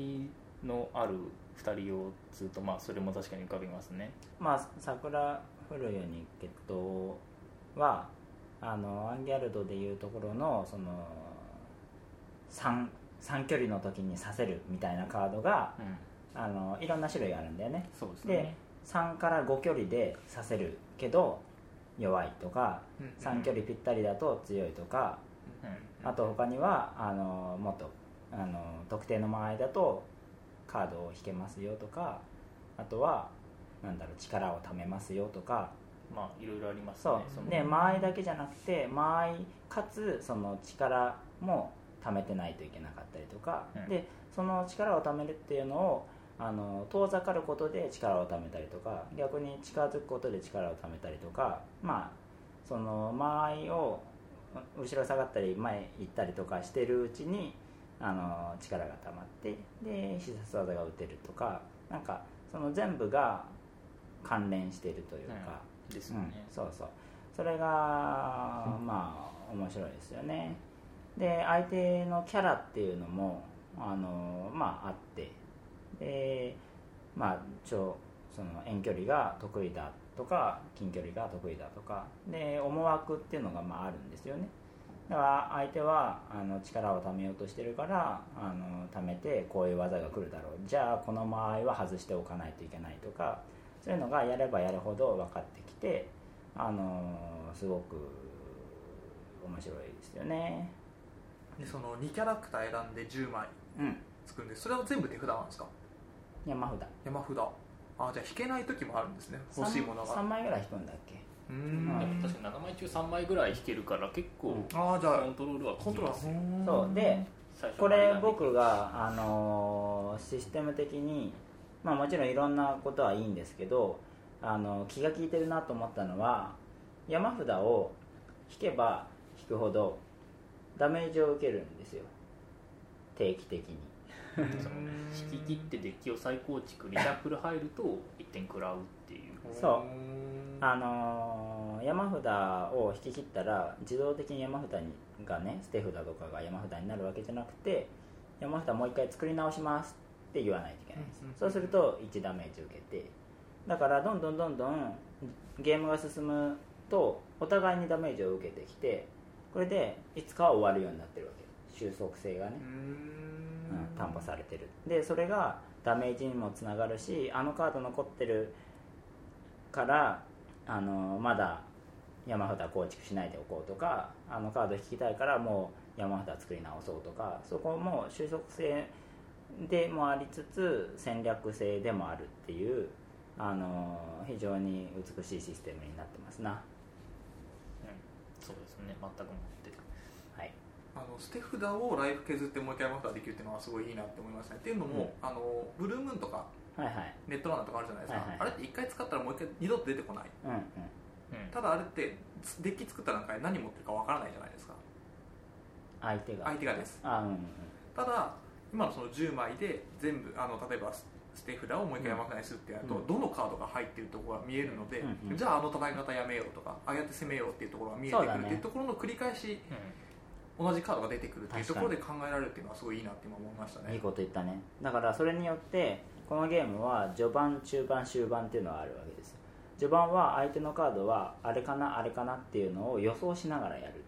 Speaker 3: のある2人をずっとまあそれも確かに浮かびますね
Speaker 1: まあ桜降るように決闘はあのアンギャルドでいうところのその三三距離の時にさせるみたいなカードが
Speaker 3: うん
Speaker 1: あのいろんな種類があるんだよね
Speaker 3: そうです
Speaker 1: で
Speaker 3: ね
Speaker 1: 3から5距離でさせるけど弱いとか
Speaker 2: うん
Speaker 1: 3距離ぴったりだと強いとか
Speaker 3: うん
Speaker 1: あと他にはあのもっとあの特定の間合いだとカードを引けますよとかあとはなんだろう力を貯めますよとか
Speaker 3: まあいろいろありますね
Speaker 1: そ
Speaker 3: そうの
Speaker 1: で間合いだけじゃなくて間合いかつその力も貯めてないといけなかったりとか、
Speaker 3: うん
Speaker 1: でその力を貯めるっていうのをあの遠ざかることで力を貯めたりとか逆に近づくことで力を貯めたりとかまあその間合いをう後ろ下がったり前行ったりとかしてるうちにあの力が溜まってで必殺技が打てるとかなんかその全部が関連しているというか。
Speaker 3: うんです
Speaker 1: う
Speaker 3: よ
Speaker 1: ん
Speaker 3: ね、
Speaker 1: そうそうそれがまあ面白いですよねで相手のキャラっていうのもあのまああってでまあ超その遠距離が得意だとか近距離が得意だとかで思惑っていうのがまああるんですよねだから相手はあの力を貯めようとしてるからあの貯めてこういう技が来るだろうじゃあこの間合いは外しておかないといけないとかそういうのがやればやるほど分かってきて、あのーすごく面白いですよね。
Speaker 2: でその2キャラクター選んで10枚
Speaker 1: うん。
Speaker 2: 作るんでそれは全部手札なんですか
Speaker 1: 山札。
Speaker 2: 山札あじゃあ引けない時もあるんですね欲しいもの
Speaker 1: 3
Speaker 2: が
Speaker 1: 枚ぐらい引くんだっけ
Speaker 2: うー
Speaker 1: うん
Speaker 3: でも
Speaker 2: ん
Speaker 3: 確かに7枚中3枚ぐらい引けるから結構
Speaker 1: うん
Speaker 2: ああじゃ
Speaker 3: コ
Speaker 2: あ
Speaker 3: ントロールは
Speaker 2: コントローラ
Speaker 3: 効きま
Speaker 2: ーん
Speaker 1: そう。で、
Speaker 3: す最初
Speaker 1: こ
Speaker 3: の
Speaker 1: れ
Speaker 3: 間に
Speaker 1: 僕が、あのーシステム的に、まあ、もちろんいろんなことはいいんですけど、あの気が利いてるなと思ったのは山札を引けば引くほどダメージを受けるんですよ定期的に
Speaker 3: その引き切ってデッキを再構築リシャッフル入ると1点食らうっていう
Speaker 1: そう
Speaker 2: う
Speaker 1: あのー山札を引き切ったら自動的に山札にがね捨て札とかが山札になるわけじゃなくて山札もう一回作り直しますって言わないといけないんです、
Speaker 2: うんうんうん
Speaker 1: そうすると1ダメージ受けてだからどんどんどんどんゲームが進むとお互いにダメージを受けてきてこれでいつかは終わるようになってるわけ収束性がね、うん担保されてるでそれがダメージにもつながるしあのカード残ってるからあのまだ山札構築しないでおこうとかあのカード引きたいからもう山札作り直そうとかそこも収束性でもありつつ戦略性でもあるっていうあの非常に美しいシステムになってますな
Speaker 3: そうですね全くもって
Speaker 1: はい
Speaker 2: あの捨て札をライフ削ってもう一回マスターできるっていうのはすごいいいなって思いましたねっていうのも、あのブルームーンとか
Speaker 1: はいはい
Speaker 2: ネットランナーとかあるじゃないですか、
Speaker 1: はいはい
Speaker 2: あれって一回使ったらもう一回二度と出てこない
Speaker 1: うんうん
Speaker 3: うん
Speaker 2: ただあれってデッキ作った段階で何持ってるかわからないじゃないですか
Speaker 1: 相手が
Speaker 2: 相手がです
Speaker 1: あうんうん
Speaker 2: ただ今のその10枚で全部あの例えばす捨て札をもう一回山札にするってやると、
Speaker 1: うん
Speaker 2: どのカードが入ってるところが見えるので、
Speaker 1: うんうん
Speaker 2: じゃああの戦い方やめようとかああやって攻めようっていうところが見えてくる
Speaker 1: そうだね
Speaker 2: っていうところの繰り返し同じカードが出てくるっていうところで考えられるっていうのはすごいいいなって今思いました
Speaker 1: いい
Speaker 2: ね
Speaker 1: こと言ったねだからそれによってこのゲームは序盤中盤終盤っていうのはあるわけですよ序盤は相手のカードはあれかなあれかなっていうのを予想しながらやる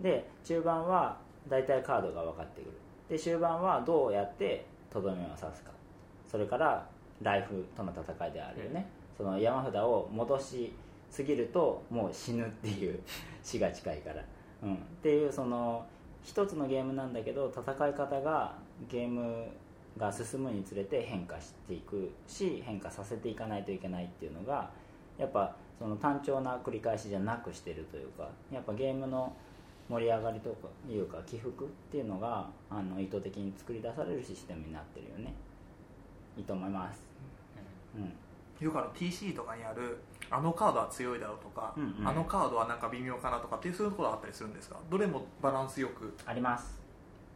Speaker 1: で中盤は大体カードが分かってくるで終盤はどうやってとどめを刺すかそれからライフとの戦いであるよね、その山札を戻しすぎるともう死ぬっていう 死が近いから、うん、っていうその一つのゲームなんだけど戦い方がゲームが進むにつれて変化していくし変化させていかないといけないっていうのがやっぱその単調な繰り返しじゃなくしてるというかやっぱゲームの盛り上がりとかいうか起伏っていうのがあの意図的に作り出されるシステムになってるよねいいと思います、うん、
Speaker 2: よくあの TC とかにあるあのカードは強いだろうとか、
Speaker 1: うんうん
Speaker 2: あのカードはなんか微妙かなとかっていうそういうところがあったりするんですがどれもバランスよく
Speaker 1: あります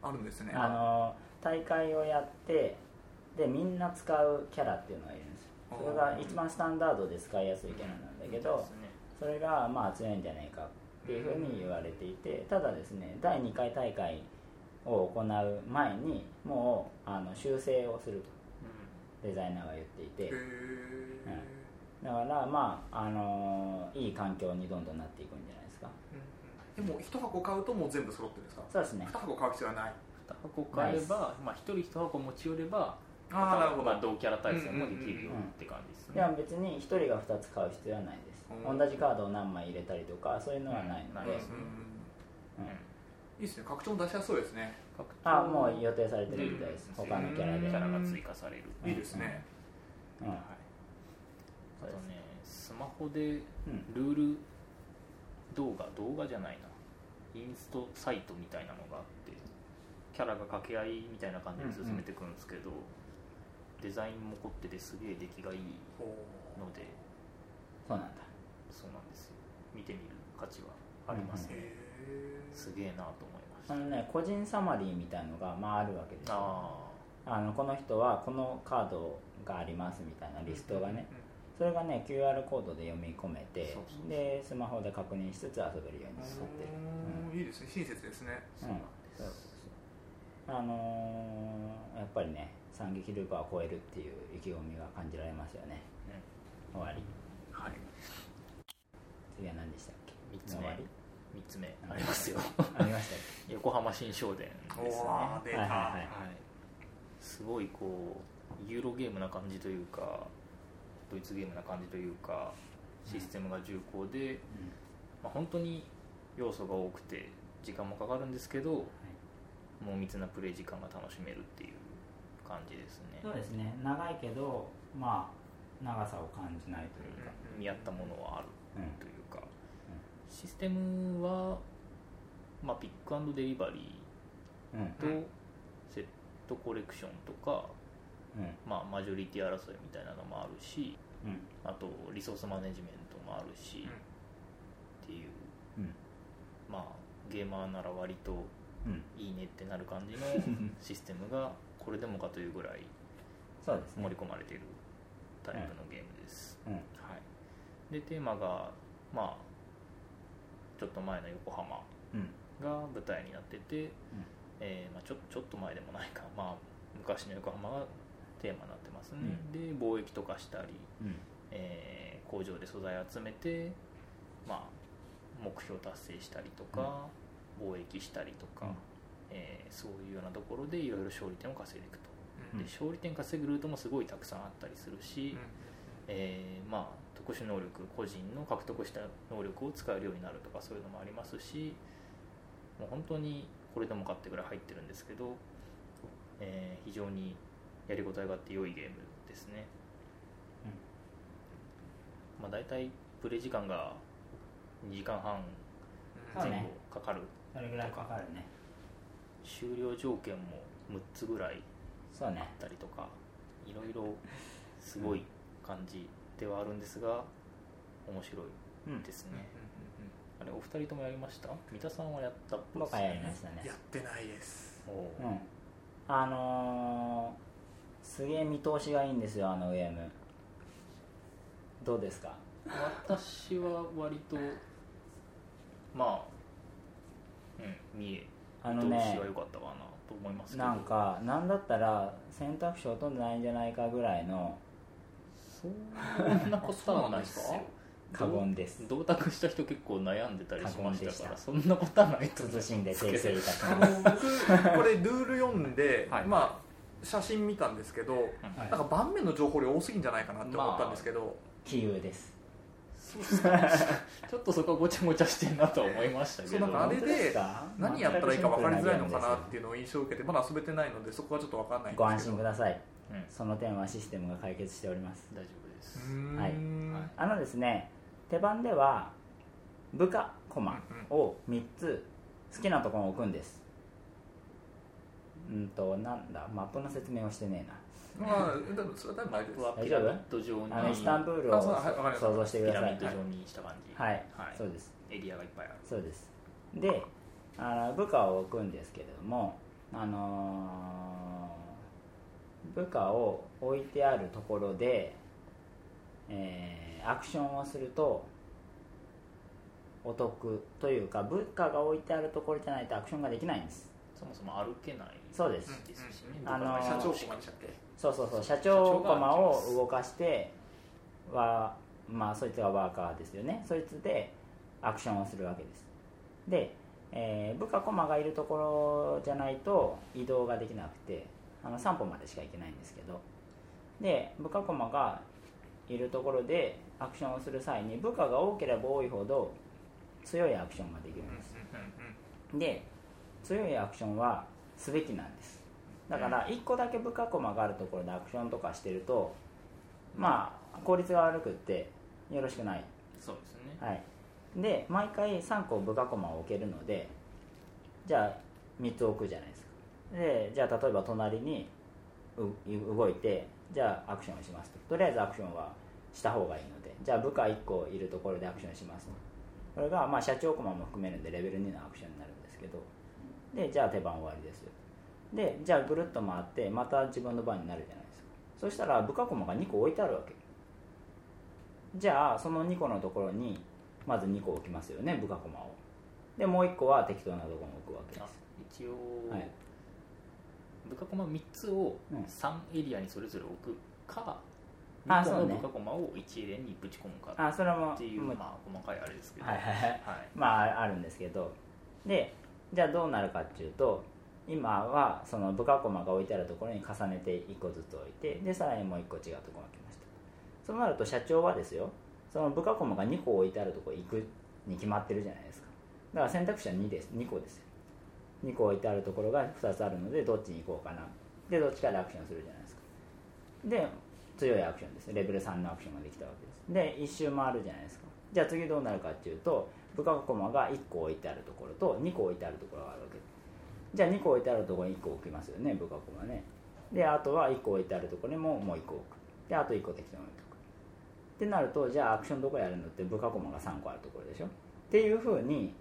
Speaker 2: あるんですね
Speaker 1: あの大会をやってでみんな使うキャラっていうのがいるんですよそれが一番スタンダードで使いやすいキャラなんだけど、それがまあ強いんじゃないかっていうふうに言われていてただですね第2回大会を行う前にもうあの修正をするとデザイナーが言ってい
Speaker 2: へ
Speaker 1: て
Speaker 2: ー
Speaker 1: だからまあ、あのーいい環境にどんどんなっていくんじゃないですか
Speaker 2: うんでも一箱買うともう全部揃ってるんですか
Speaker 1: そうですね
Speaker 2: 二箱買う必要はない
Speaker 3: 2箱買えば、まあ、1人1箱持ち寄れば
Speaker 2: ああなるほど
Speaker 3: まあ、同キャラ対戦もできるよって感じです
Speaker 1: で
Speaker 3: ね、
Speaker 1: も別に1人が2つ買う必要はないです、
Speaker 2: うん
Speaker 1: 同じカードを何枚入れたりとかそういうのはないの
Speaker 3: な
Speaker 1: で、
Speaker 3: いうで
Speaker 1: ん
Speaker 3: すねうん
Speaker 2: いいですね拡張も出しやすそうですね
Speaker 3: 拡張
Speaker 1: あもう予定されてるみたいです、
Speaker 3: うん
Speaker 1: 他のキャラで、
Speaker 3: キ
Speaker 1: う
Speaker 2: うん
Speaker 3: ャラが追加される、
Speaker 1: うん
Speaker 2: いいですね
Speaker 3: はいあとねスマホで
Speaker 1: うん
Speaker 3: ルール動画動画じゃないなインストサイトみたいなのがあってキャラが掛け合いみたいな感じで進めていくんですけど、デザインも凝っててすげえ出来がいい
Speaker 2: ほ
Speaker 3: ので
Speaker 1: そうなんだ
Speaker 3: そうなんですよ見てみる価値はあります
Speaker 2: う
Speaker 3: ね、
Speaker 2: へ
Speaker 3: すげえなと思いまし
Speaker 1: あ
Speaker 3: た、
Speaker 1: のね個人サマリーみたいのが、まあ、あるわけですよ
Speaker 3: あ
Speaker 1: あのこの人はこのカードがありますみたいな
Speaker 2: ー
Speaker 1: リストがねそれがね QR コードで読み込めて
Speaker 3: そうそうそう
Speaker 1: でスマホで確認しつつ遊べるように
Speaker 2: うん
Speaker 1: なってる
Speaker 2: うんいいですね親切ですね
Speaker 3: あそうなんです、
Speaker 1: うんそうあのーやっぱりね三撃ルーパーを超えるっていう意気込みが感じられますよね
Speaker 3: ね
Speaker 1: 終わり
Speaker 2: はい
Speaker 1: 次は何でしたっけ
Speaker 3: 三つ目
Speaker 1: 終わり
Speaker 3: 3つ目ありますよ
Speaker 1: ありま したっ
Speaker 3: 横浜新商店です
Speaker 2: お
Speaker 3: ね
Speaker 2: ー
Speaker 1: はい
Speaker 2: 出
Speaker 1: はいは
Speaker 2: た
Speaker 1: い
Speaker 3: はい、すごいこうユーロゲームな感じというかドイツゲームな感じというかシステムが重厚で、まあ、本当に要素が多くて時間もかかるんですけど濃密なプレイ時間が楽しめるっていう感じです
Speaker 1: そう
Speaker 3: ね
Speaker 1: ですね長いけどまあ長さを感じないというか、
Speaker 3: 見合ったものはある
Speaker 1: うん
Speaker 3: というかシステムは、まあ、ピックアンドデリバリ
Speaker 1: うん
Speaker 3: ーと
Speaker 2: うん
Speaker 3: セットコレクションとか、
Speaker 1: うん
Speaker 3: まあ、マジョリティ争いみたいなのもあるし
Speaker 1: うん
Speaker 3: あとリソースマネジメントもあるし、っていう
Speaker 1: うん
Speaker 3: まあゲーマーなら割と
Speaker 1: うん
Speaker 3: いいねってなる感 じのシステムがこれでもかというぐらい
Speaker 1: そうですね
Speaker 3: 盛り込まれているタイプのゲームです、
Speaker 1: うん
Speaker 3: はい、でテーマがまあちょっと前の横浜
Speaker 1: うん
Speaker 3: が舞台になってて、えーまあ、ちょちょっと前でもないか、まあ、昔の横浜がテーマになってますね、で貿易とかしたり
Speaker 1: うん
Speaker 3: えー工場で素材集めて、まあ、目標達成したりとか、貿易したりとか、
Speaker 1: うん
Speaker 3: えーそういうようなところでいろいろ勝利点を稼いでいくと、
Speaker 2: うん
Speaker 3: で勝利点稼ぐルートもすごいたくさんあったりするし、
Speaker 2: う
Speaker 3: えーまあ、特殊能力個人の獲得した能力を使えるようになるとかそういうのもありますしもう本当にこれでもかってぐらい入ってるんですけど、えー非常にやりごたえがあって良いゲームですね、まあ、大体プレイ時間が2時間半
Speaker 2: ん
Speaker 1: そう
Speaker 3: 前
Speaker 1: ね
Speaker 3: 後かかる
Speaker 1: それぐらいかかるね
Speaker 3: と終了条件も6つぐらい
Speaker 1: そう
Speaker 3: あっ
Speaker 1: ね
Speaker 3: たりとかいろいろすごい感じではあるんですが面白
Speaker 1: う
Speaker 3: い
Speaker 1: ん
Speaker 3: ですね、あれお二人ともやりました三田さんはやったっぽいで
Speaker 1: 僕
Speaker 3: す
Speaker 1: はやりました
Speaker 2: や
Speaker 1: ね
Speaker 2: ってないです
Speaker 3: お
Speaker 1: う
Speaker 3: う
Speaker 1: んあのー、すげえ見通しがいいんですよあのゲームどうですか
Speaker 3: 私は割とまあ、うん、見え
Speaker 1: あの
Speaker 3: 見
Speaker 1: ね
Speaker 3: 通しは良かったかなと思いますけど
Speaker 1: なんかなんだったら選択肢ほとんどないんじゃないかぐらいの
Speaker 3: そんなことはないです
Speaker 2: あそう
Speaker 3: か
Speaker 2: なんで
Speaker 1: 過言です
Speaker 3: 同卓した人結構悩んでたりしました
Speaker 1: 過
Speaker 3: か
Speaker 1: 言
Speaker 3: ら
Speaker 1: でし
Speaker 3: そんなことはないと思います
Speaker 1: 慎んで訂正いたし
Speaker 2: あ
Speaker 1: ます
Speaker 2: の 僕これルール読んで、
Speaker 3: はい
Speaker 2: まあ写真見たんですけど、
Speaker 1: はい
Speaker 2: なんか盤面の情報量多すぎんじゃないかなって思ったんですけど、
Speaker 1: 杞憂です
Speaker 3: そうっすかちょっとそこはごちゃごちゃしてんなとは思いましたけど
Speaker 2: そうなんかあれ
Speaker 1: 本当ですか
Speaker 2: 何やったらいいか分かりづらいの
Speaker 1: 全くシンプル
Speaker 2: かなっ
Speaker 1: なゲームで
Speaker 2: ていうのを印象を受けてまだ遊べてないのでそこはちょっと分かんないんですすけど
Speaker 1: ご安心ください
Speaker 3: うん、
Speaker 1: その点はシステムが解決しております
Speaker 3: 大丈夫です、
Speaker 2: うーん
Speaker 1: はい
Speaker 3: はい
Speaker 1: あのですね手番では部下駒を3つ好きなところに置くんですうんとなんだマップの説明をしてね
Speaker 2: まあでもそれは多分大丈
Speaker 3: 僕
Speaker 2: 夫です
Speaker 3: はピラミッド状
Speaker 1: え
Speaker 3: に
Speaker 1: なあのイスタンブールを
Speaker 2: あそうはいわかりました
Speaker 1: 想像してく
Speaker 3: ピ
Speaker 1: だ
Speaker 3: ラ
Speaker 1: さ
Speaker 3: ミ
Speaker 1: い
Speaker 3: ッド状にした感じ
Speaker 1: はい、
Speaker 3: はい
Speaker 1: そうです
Speaker 3: エリアがいっぱいある
Speaker 1: そうですであの部下を置くんですけれどもあのー部下を置いてあるところで、えーアクションをするとお得というか部下が置いてあるところじゃないとアクションができないんです
Speaker 3: そもそも歩けない
Speaker 1: そうです、
Speaker 2: うん
Speaker 3: ですしね、
Speaker 1: あのー
Speaker 2: 社長
Speaker 3: し
Speaker 2: 駒でしたっけ
Speaker 1: そうそうそう社
Speaker 3: 長
Speaker 1: 長
Speaker 3: が
Speaker 1: 駒を動かしてはまあそいつがワーカーですよねそいつでアクションをするわけですで、えー部下駒がいるところじゃないと移動ができなくてあの散歩までしか行けないんですけどで部下駒がいるところでアクションをする際に部下が多ければ多いほど強いアクションができるんですで強いアクションはすべきなんですだから1個だけ部下駒があるところでアクションとかしてるとまあ効率が悪くってよろしくない
Speaker 3: そうですね
Speaker 1: はいで毎回3個部下駒を置けるのでじゃあ3つ置くじゃないですかでじゃあ例えば隣にう動いてじゃあアクションをしますととりあえずアクションはした方がいいのでじゃあ部下1個いるところでアクションしますとこれがまあ社長駒も含めるんでレベル2のアクションになるんですけどでじゃあ手番終わりですでじゃあぐるっと回ってまた自分の番になるじゃないですかそしたら部下駒が2個置いてあるわけじゃあその2個のところにまず2個置きますよね部下駒をでもう1個は適当なところに置くわけで
Speaker 3: あ
Speaker 1: す
Speaker 3: 一応、
Speaker 1: はい
Speaker 3: 部下駒3つを
Speaker 1: うん
Speaker 3: 3エリアにそれぞれ置くか、
Speaker 1: あ
Speaker 3: 2個
Speaker 1: そ
Speaker 3: の
Speaker 1: うね
Speaker 3: 部下駒を1エリアにぶち込むか
Speaker 1: あそれも
Speaker 3: っていう
Speaker 1: もう
Speaker 3: まあ、細かいあれですけど
Speaker 1: はいはいはい
Speaker 3: はい
Speaker 1: まああるんですけどでじゃあどうなるかっていうと今はその部下駒が置いてあるところに重ねて1個ずつ置いてでさらにもう1個違うところに置きましたそうなると社長はですよその部下駒が2個置いてあるところ行くに決まってるじゃないですかだから選択肢は2です2個ですよ2個置いてあるところが2つあるのでどっちに行こうかなでどっちかでアクションするじゃないですかで強いアクションですレベル3のアクションができたわけですで一周回るじゃないですかじゃあ次どうなるかっていうと部下駒が1個置いてあるところと2個置いてあるところがあるわけですじゃあ2個置いてあるところに1個置きますよね部下駒ねであとは1個置いてあるところにももう1個置くであと1個適当に置いておくってなるとじゃあアクションどこやるのって部下駒が3個あるところでしょっていうふうに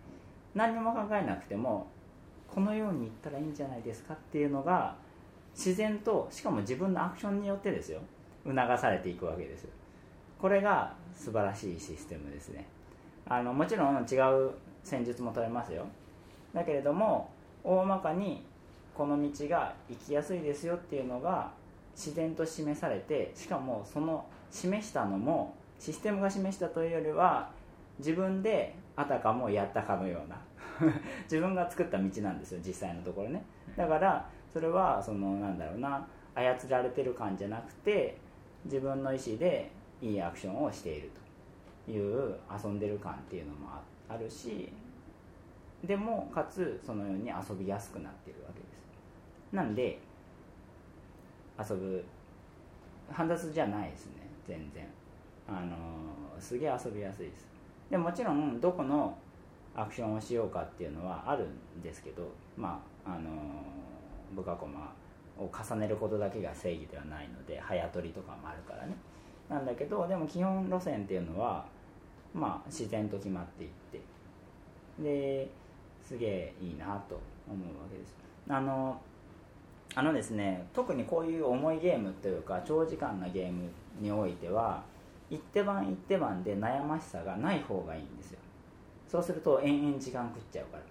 Speaker 1: 何にも考えなくてもこのようにいったらいいんじゃないですかっていうのが自然としかも自分のアクションによってですよ促されていくわけですよこれが素晴らしいシステムですねあのもちろん違う戦術も取れますよだけれども大まかにこの道が行きやすいですよっていうのが自然と示されてしかもその示したのもシステムが示したというよりは自分であたかもやったかのような 自分が作った道なんですよ実際のところねだからそれはそのなんだろうな操られてる感じゃなくて自分の意思でいいアクションをしているという遊んでる感っていうのもああるしでもかつそのように遊びやすくなっているわけですなんで遊ぶ煩雑じゃないですね全然あのーすげえ遊びやすいですでもちろんどこのアクションをしようかっていうのはあるんですけどまああのー部下駒を重ねることだけが正義ではないので早取りとかもあるからねなんだけどでも基本路線っていうのはまあ自然と決まっていってですげえいいなと思うわけですあのあのですね特にこういう重いゲームというか長時間なゲームにおいては一手番一手番で悩ましさがない方がいいんですよそうすると延々時間食っちゃうから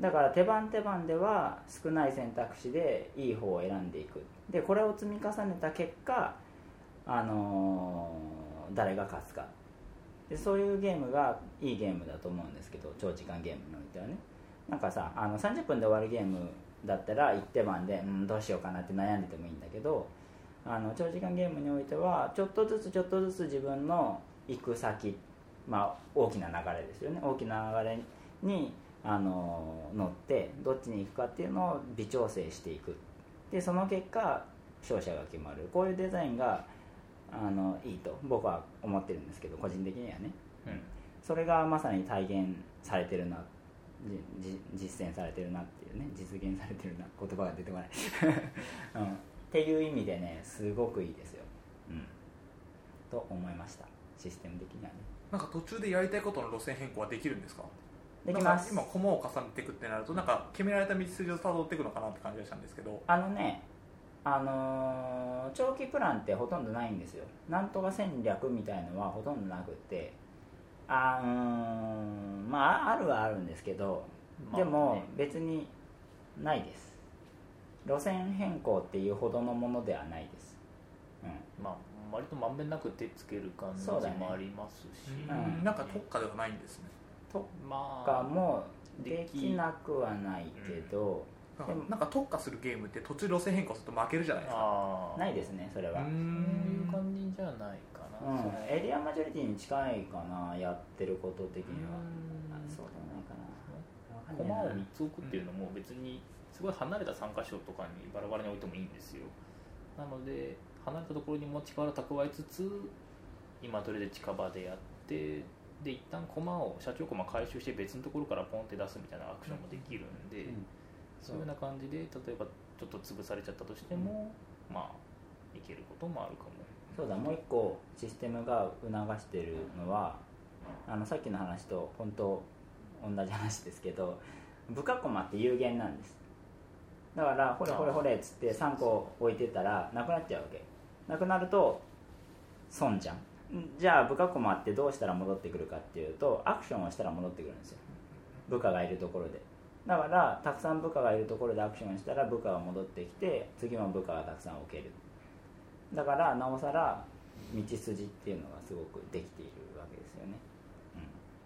Speaker 1: だから手番手番では少ない選択肢でいい方を選んでいくでこれを積み重ねた結果あのー誰が勝つかでそういうゲームがいいゲームだと思うんですけど長時間ゲームにおいてはねなんかさあの30分で終わるゲームだったら1手番で、うん、どうしようかなって悩んでてもいいんだけどあの長時間ゲームにおいてはちょっとずつちょっとずつ自分の行く先、まあ、大きな流れですよね大きな流れにあの乗ってどっちに行くかっていうのを微調整していくでその結果勝者が決まるこういうデザインがあのいいと僕は思ってるんですけど個人的にはね
Speaker 3: うん
Speaker 1: それがまさに体現されてるなじじ実践されてるなっていうね実現されてるな言葉が出てこない、 うん、っていう意味でねすごくいいですよ、うん、と思いましたシステム的にはね
Speaker 2: なんか途中でやりたいことの路線変更はできるんですか
Speaker 1: できます
Speaker 2: なんか今駒を重ねていくってなるとなんか決められた道筋をたどっていくのかなって感じがしたんですけど
Speaker 1: あのね、あのー長期プランってほとんどないんですよなんとか戦略みたいのはほとんどなくってあーうーんまああるはあるんですけど、
Speaker 3: まあ
Speaker 1: でも
Speaker 3: ね
Speaker 1: 別にないです路線変更っていうほどのものではないです、う
Speaker 3: まあ割とまんべんなく手つける感じ
Speaker 1: そうだね
Speaker 3: もありますし、
Speaker 1: ん
Speaker 2: なんか特化ではないんですね
Speaker 1: ん、
Speaker 3: ま
Speaker 1: か
Speaker 3: あ
Speaker 1: もで
Speaker 3: でき
Speaker 1: きなくはないけど、
Speaker 2: なんかなんか特化するゲームって途中路線変更すると負けるじゃないですか
Speaker 3: あー
Speaker 1: ないですねそれは、
Speaker 2: うー
Speaker 3: そういうん感じじゃないか
Speaker 1: う
Speaker 3: な、
Speaker 1: ん
Speaker 3: その
Speaker 1: エリアマジョリティに近いかなやってること的には、あ
Speaker 3: うん
Speaker 1: そうでもないかなわかんね
Speaker 3: 駒を
Speaker 1: えな
Speaker 3: 3つ置くっていうのも別にすごい離れた3箇所とかにバラバラに置いてもいいんですよなので離れたところに持ち力を蓄えつつ今どれで近場でやってで一旦駒を社長駒回収して別のところからポンって出すみたいなアクションもできるんで、
Speaker 1: うん
Speaker 3: そういうような感じで例えばちょっと潰されちゃったとしても、まあいけることもあるかも
Speaker 1: そうだもう一個システムが促してるのはあのさっきの話と本当同じ話ですけど部下駒って有限なんですだからほれほれほれっつって3個置いてたらなくなっちゃうわけなくなると損じゃんじゃあ部下駒ってどうしたら戻ってくるかっていうとアクションをしたら戻ってくるんですよ部下がいるところでだからたくさん部下がいるところでアクションしたら部下が戻ってきて次も部下がたくさん置けるだからなおさら道筋っていうのがすごくできているわけですよね、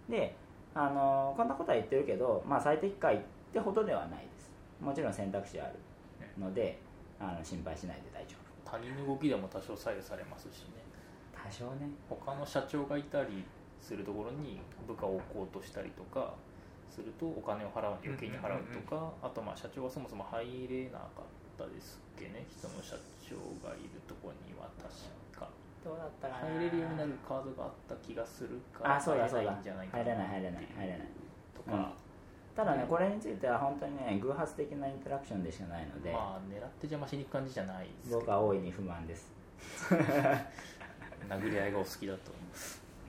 Speaker 1: うん、であのこんなことは言ってるけど、まあ、最適解ってほどではないですもちろん選択肢はあるのであの心配しないで大丈夫
Speaker 3: 他人の動きでも多少左右されますしね
Speaker 1: 多少ね
Speaker 3: 他の社長がいたりするところに部下を置こうとしたりとかするとお金を払う余計に払うとか、あとまあ社長はそもそも入れなかったですっけね人の社長がいるところには確か
Speaker 1: どうだったかな
Speaker 3: 入れるようになるカードがあった気がするから
Speaker 1: あそうだそう
Speaker 3: 入れ
Speaker 1: だ
Speaker 3: ないんじゃないか
Speaker 1: 入れない入れない入れない
Speaker 3: とか、
Speaker 1: ただねこれについては本当にね偶発的なインタラクションでしかないので、
Speaker 3: まあ狙って邪魔しに行く感じじゃないですけ
Speaker 1: 僕
Speaker 3: ど
Speaker 1: は大いに不満です
Speaker 3: 殴り合いがお好きだと思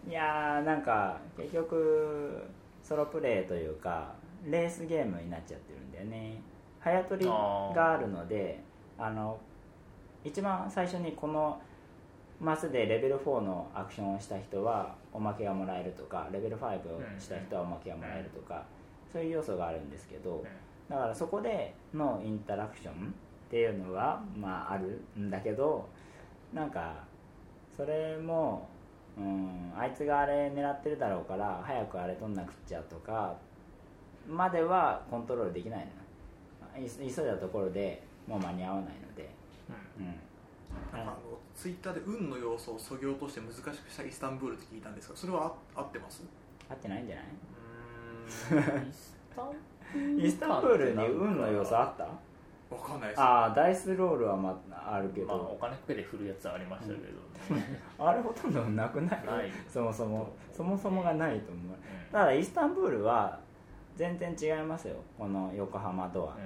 Speaker 3: う
Speaker 1: いやーなんか結局ソロプレイというかレースゲームになっちゃってるんだよね早取りがあるのであの一番最初にこのマスでレベル4のアクションをした人はおまけがもらえるとかレベル5をした人はおまけがもらえるとかそういう要素があるんですけどだからそこでのインタラクションっていうのはまああるんだけどなんかそれも、うん、あいつがあれ狙ってるだろうから早くあれ取んなくっちゃとかまではコントロールできないない急いだところでもう間に合わないので、うん、
Speaker 2: なんかあのツイッターで運の要素をそぎ落として難しくしたイスタンブールって聞いたんですがそれはあ合ってます
Speaker 1: 合ってないんじゃない
Speaker 3: うんイスタン
Speaker 1: イスタンブールに運の要素あった
Speaker 2: わかんないです
Speaker 1: ああダイスロールは、まあ、あるけ
Speaker 3: まあお
Speaker 1: ど、
Speaker 3: 金かけて振るやつはありましたけど、
Speaker 1: あ、れほとんどなくない
Speaker 3: ない
Speaker 1: そもそもそもそもがないと思う
Speaker 3: うん
Speaker 1: ただイスタンブールは全然違いますよこの横浜とは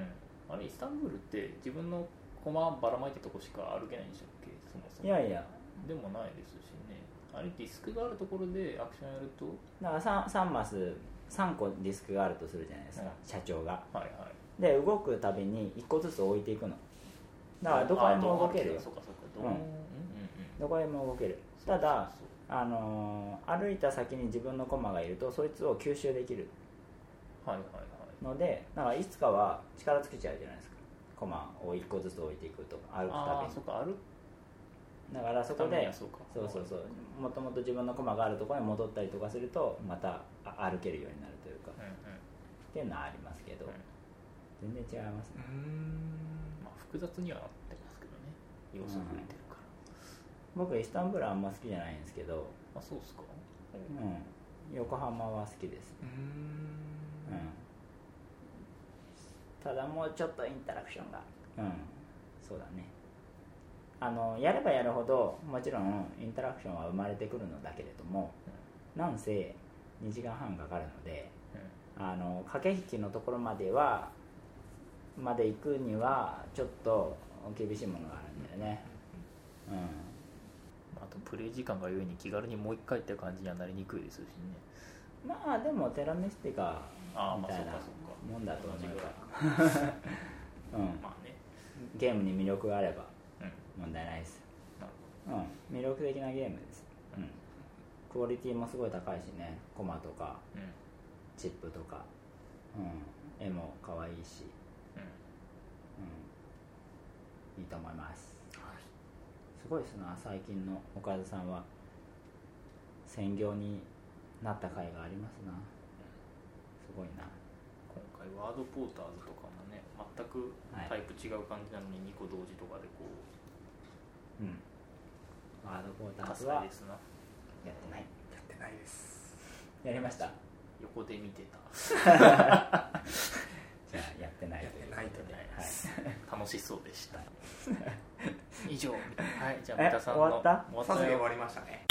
Speaker 3: うんあれイスタンブールって自分の駒ばらまいたとこしか歩けないんでしたっけそもそも
Speaker 1: いやいや
Speaker 3: でもないですしねあれディスクがあるところでアクションやると
Speaker 1: だから 3, 3マス3個ディスクがあるとするじゃないですか、
Speaker 3: うん
Speaker 1: 社長が
Speaker 3: はいはい
Speaker 1: で動くたびに1個ずつ置いていくのだからどこにも動けるよ
Speaker 3: あそうかそう
Speaker 1: う
Speaker 3: か
Speaker 1: ん
Speaker 3: どこもうんうんうん
Speaker 1: どこにも動ける
Speaker 3: そ
Speaker 1: た
Speaker 3: う
Speaker 1: だ
Speaker 3: そう
Speaker 1: あのー歩いた先に自分の駒がいるとそいつを吸収できる
Speaker 3: そうはいはいはい
Speaker 1: のでだからいつかは力尽きちゃうじゃないですか駒を1個ずつ置いていくと歩くた
Speaker 3: ああ
Speaker 1: び
Speaker 3: そう
Speaker 1: に
Speaker 3: か歩
Speaker 1: だからそこ
Speaker 3: ために
Speaker 1: で
Speaker 3: はそうか
Speaker 1: そうそうそうもともと自分の駒があるところに戻ったりとかするとまたあ歩けるようになるというか
Speaker 3: うんう
Speaker 1: っ
Speaker 3: ん
Speaker 1: ていうのはありますけど
Speaker 3: うん
Speaker 1: 全然違いますね
Speaker 2: うーん
Speaker 3: まあ複雑にはなってますけどね要素増えてるから
Speaker 1: 僕イスタンブールあんま好きじゃないんですけど、
Speaker 3: あそうっすか
Speaker 1: うん、横浜は好きです、
Speaker 2: う
Speaker 1: うん
Speaker 2: ー
Speaker 1: ん、ただもうちょっとインタラクションがうんそうだねあのやればやるほどもちろんインタラクションは生まれてくるのだけれどもなんせ2時間半かかるので
Speaker 3: う
Speaker 1: あの駆け引きのところまではまで行くにはちょっと厳しいものがあるんだよねうん
Speaker 3: んあとプレイ時間がゆえに気軽にもう一回って感じにはなりにくいですしね
Speaker 1: まあでもテラミスティカ
Speaker 3: ああ
Speaker 1: み
Speaker 3: まあ
Speaker 1: た
Speaker 3: そう
Speaker 1: いな
Speaker 3: かそう
Speaker 1: もんだと思
Speaker 3: か
Speaker 1: う
Speaker 3: 同じぐらい
Speaker 1: から、 う
Speaker 3: まあね
Speaker 1: ん、ゲームに魅力があれば
Speaker 3: うん
Speaker 1: 問題ないです、
Speaker 3: なる
Speaker 1: うん、魅力的なゲームです、うん、クオリティもすごい高いしねコマとか
Speaker 3: ほどうん
Speaker 1: チップとか、うん、絵も可愛いし、
Speaker 3: う
Speaker 1: うん、いいと思いますすごいですな最近の岡田さんは専業になった回がありますなすごいなん
Speaker 3: 今回ワードポーターズとかもね全く
Speaker 1: はい
Speaker 3: タイプ違う感じなのに2個同時とかでこう
Speaker 1: うんワードポータ
Speaker 3: 多
Speaker 1: ーズ
Speaker 3: 彩
Speaker 1: は
Speaker 3: ですな
Speaker 1: やってない
Speaker 2: やってないです
Speaker 1: やりました
Speaker 3: 横で見てた
Speaker 1: じゃあやってない
Speaker 2: やっ
Speaker 1: という
Speaker 2: て
Speaker 1: こ
Speaker 2: ない
Speaker 1: とで
Speaker 3: やってない
Speaker 1: は
Speaker 3: で
Speaker 1: い
Speaker 3: す楽しそうでした 以上はいじゃあ
Speaker 1: え
Speaker 3: 三田さんの
Speaker 1: 終わった
Speaker 3: 終わっ
Speaker 2: さす
Speaker 3: た
Speaker 2: がに終
Speaker 3: よ
Speaker 2: わりましたね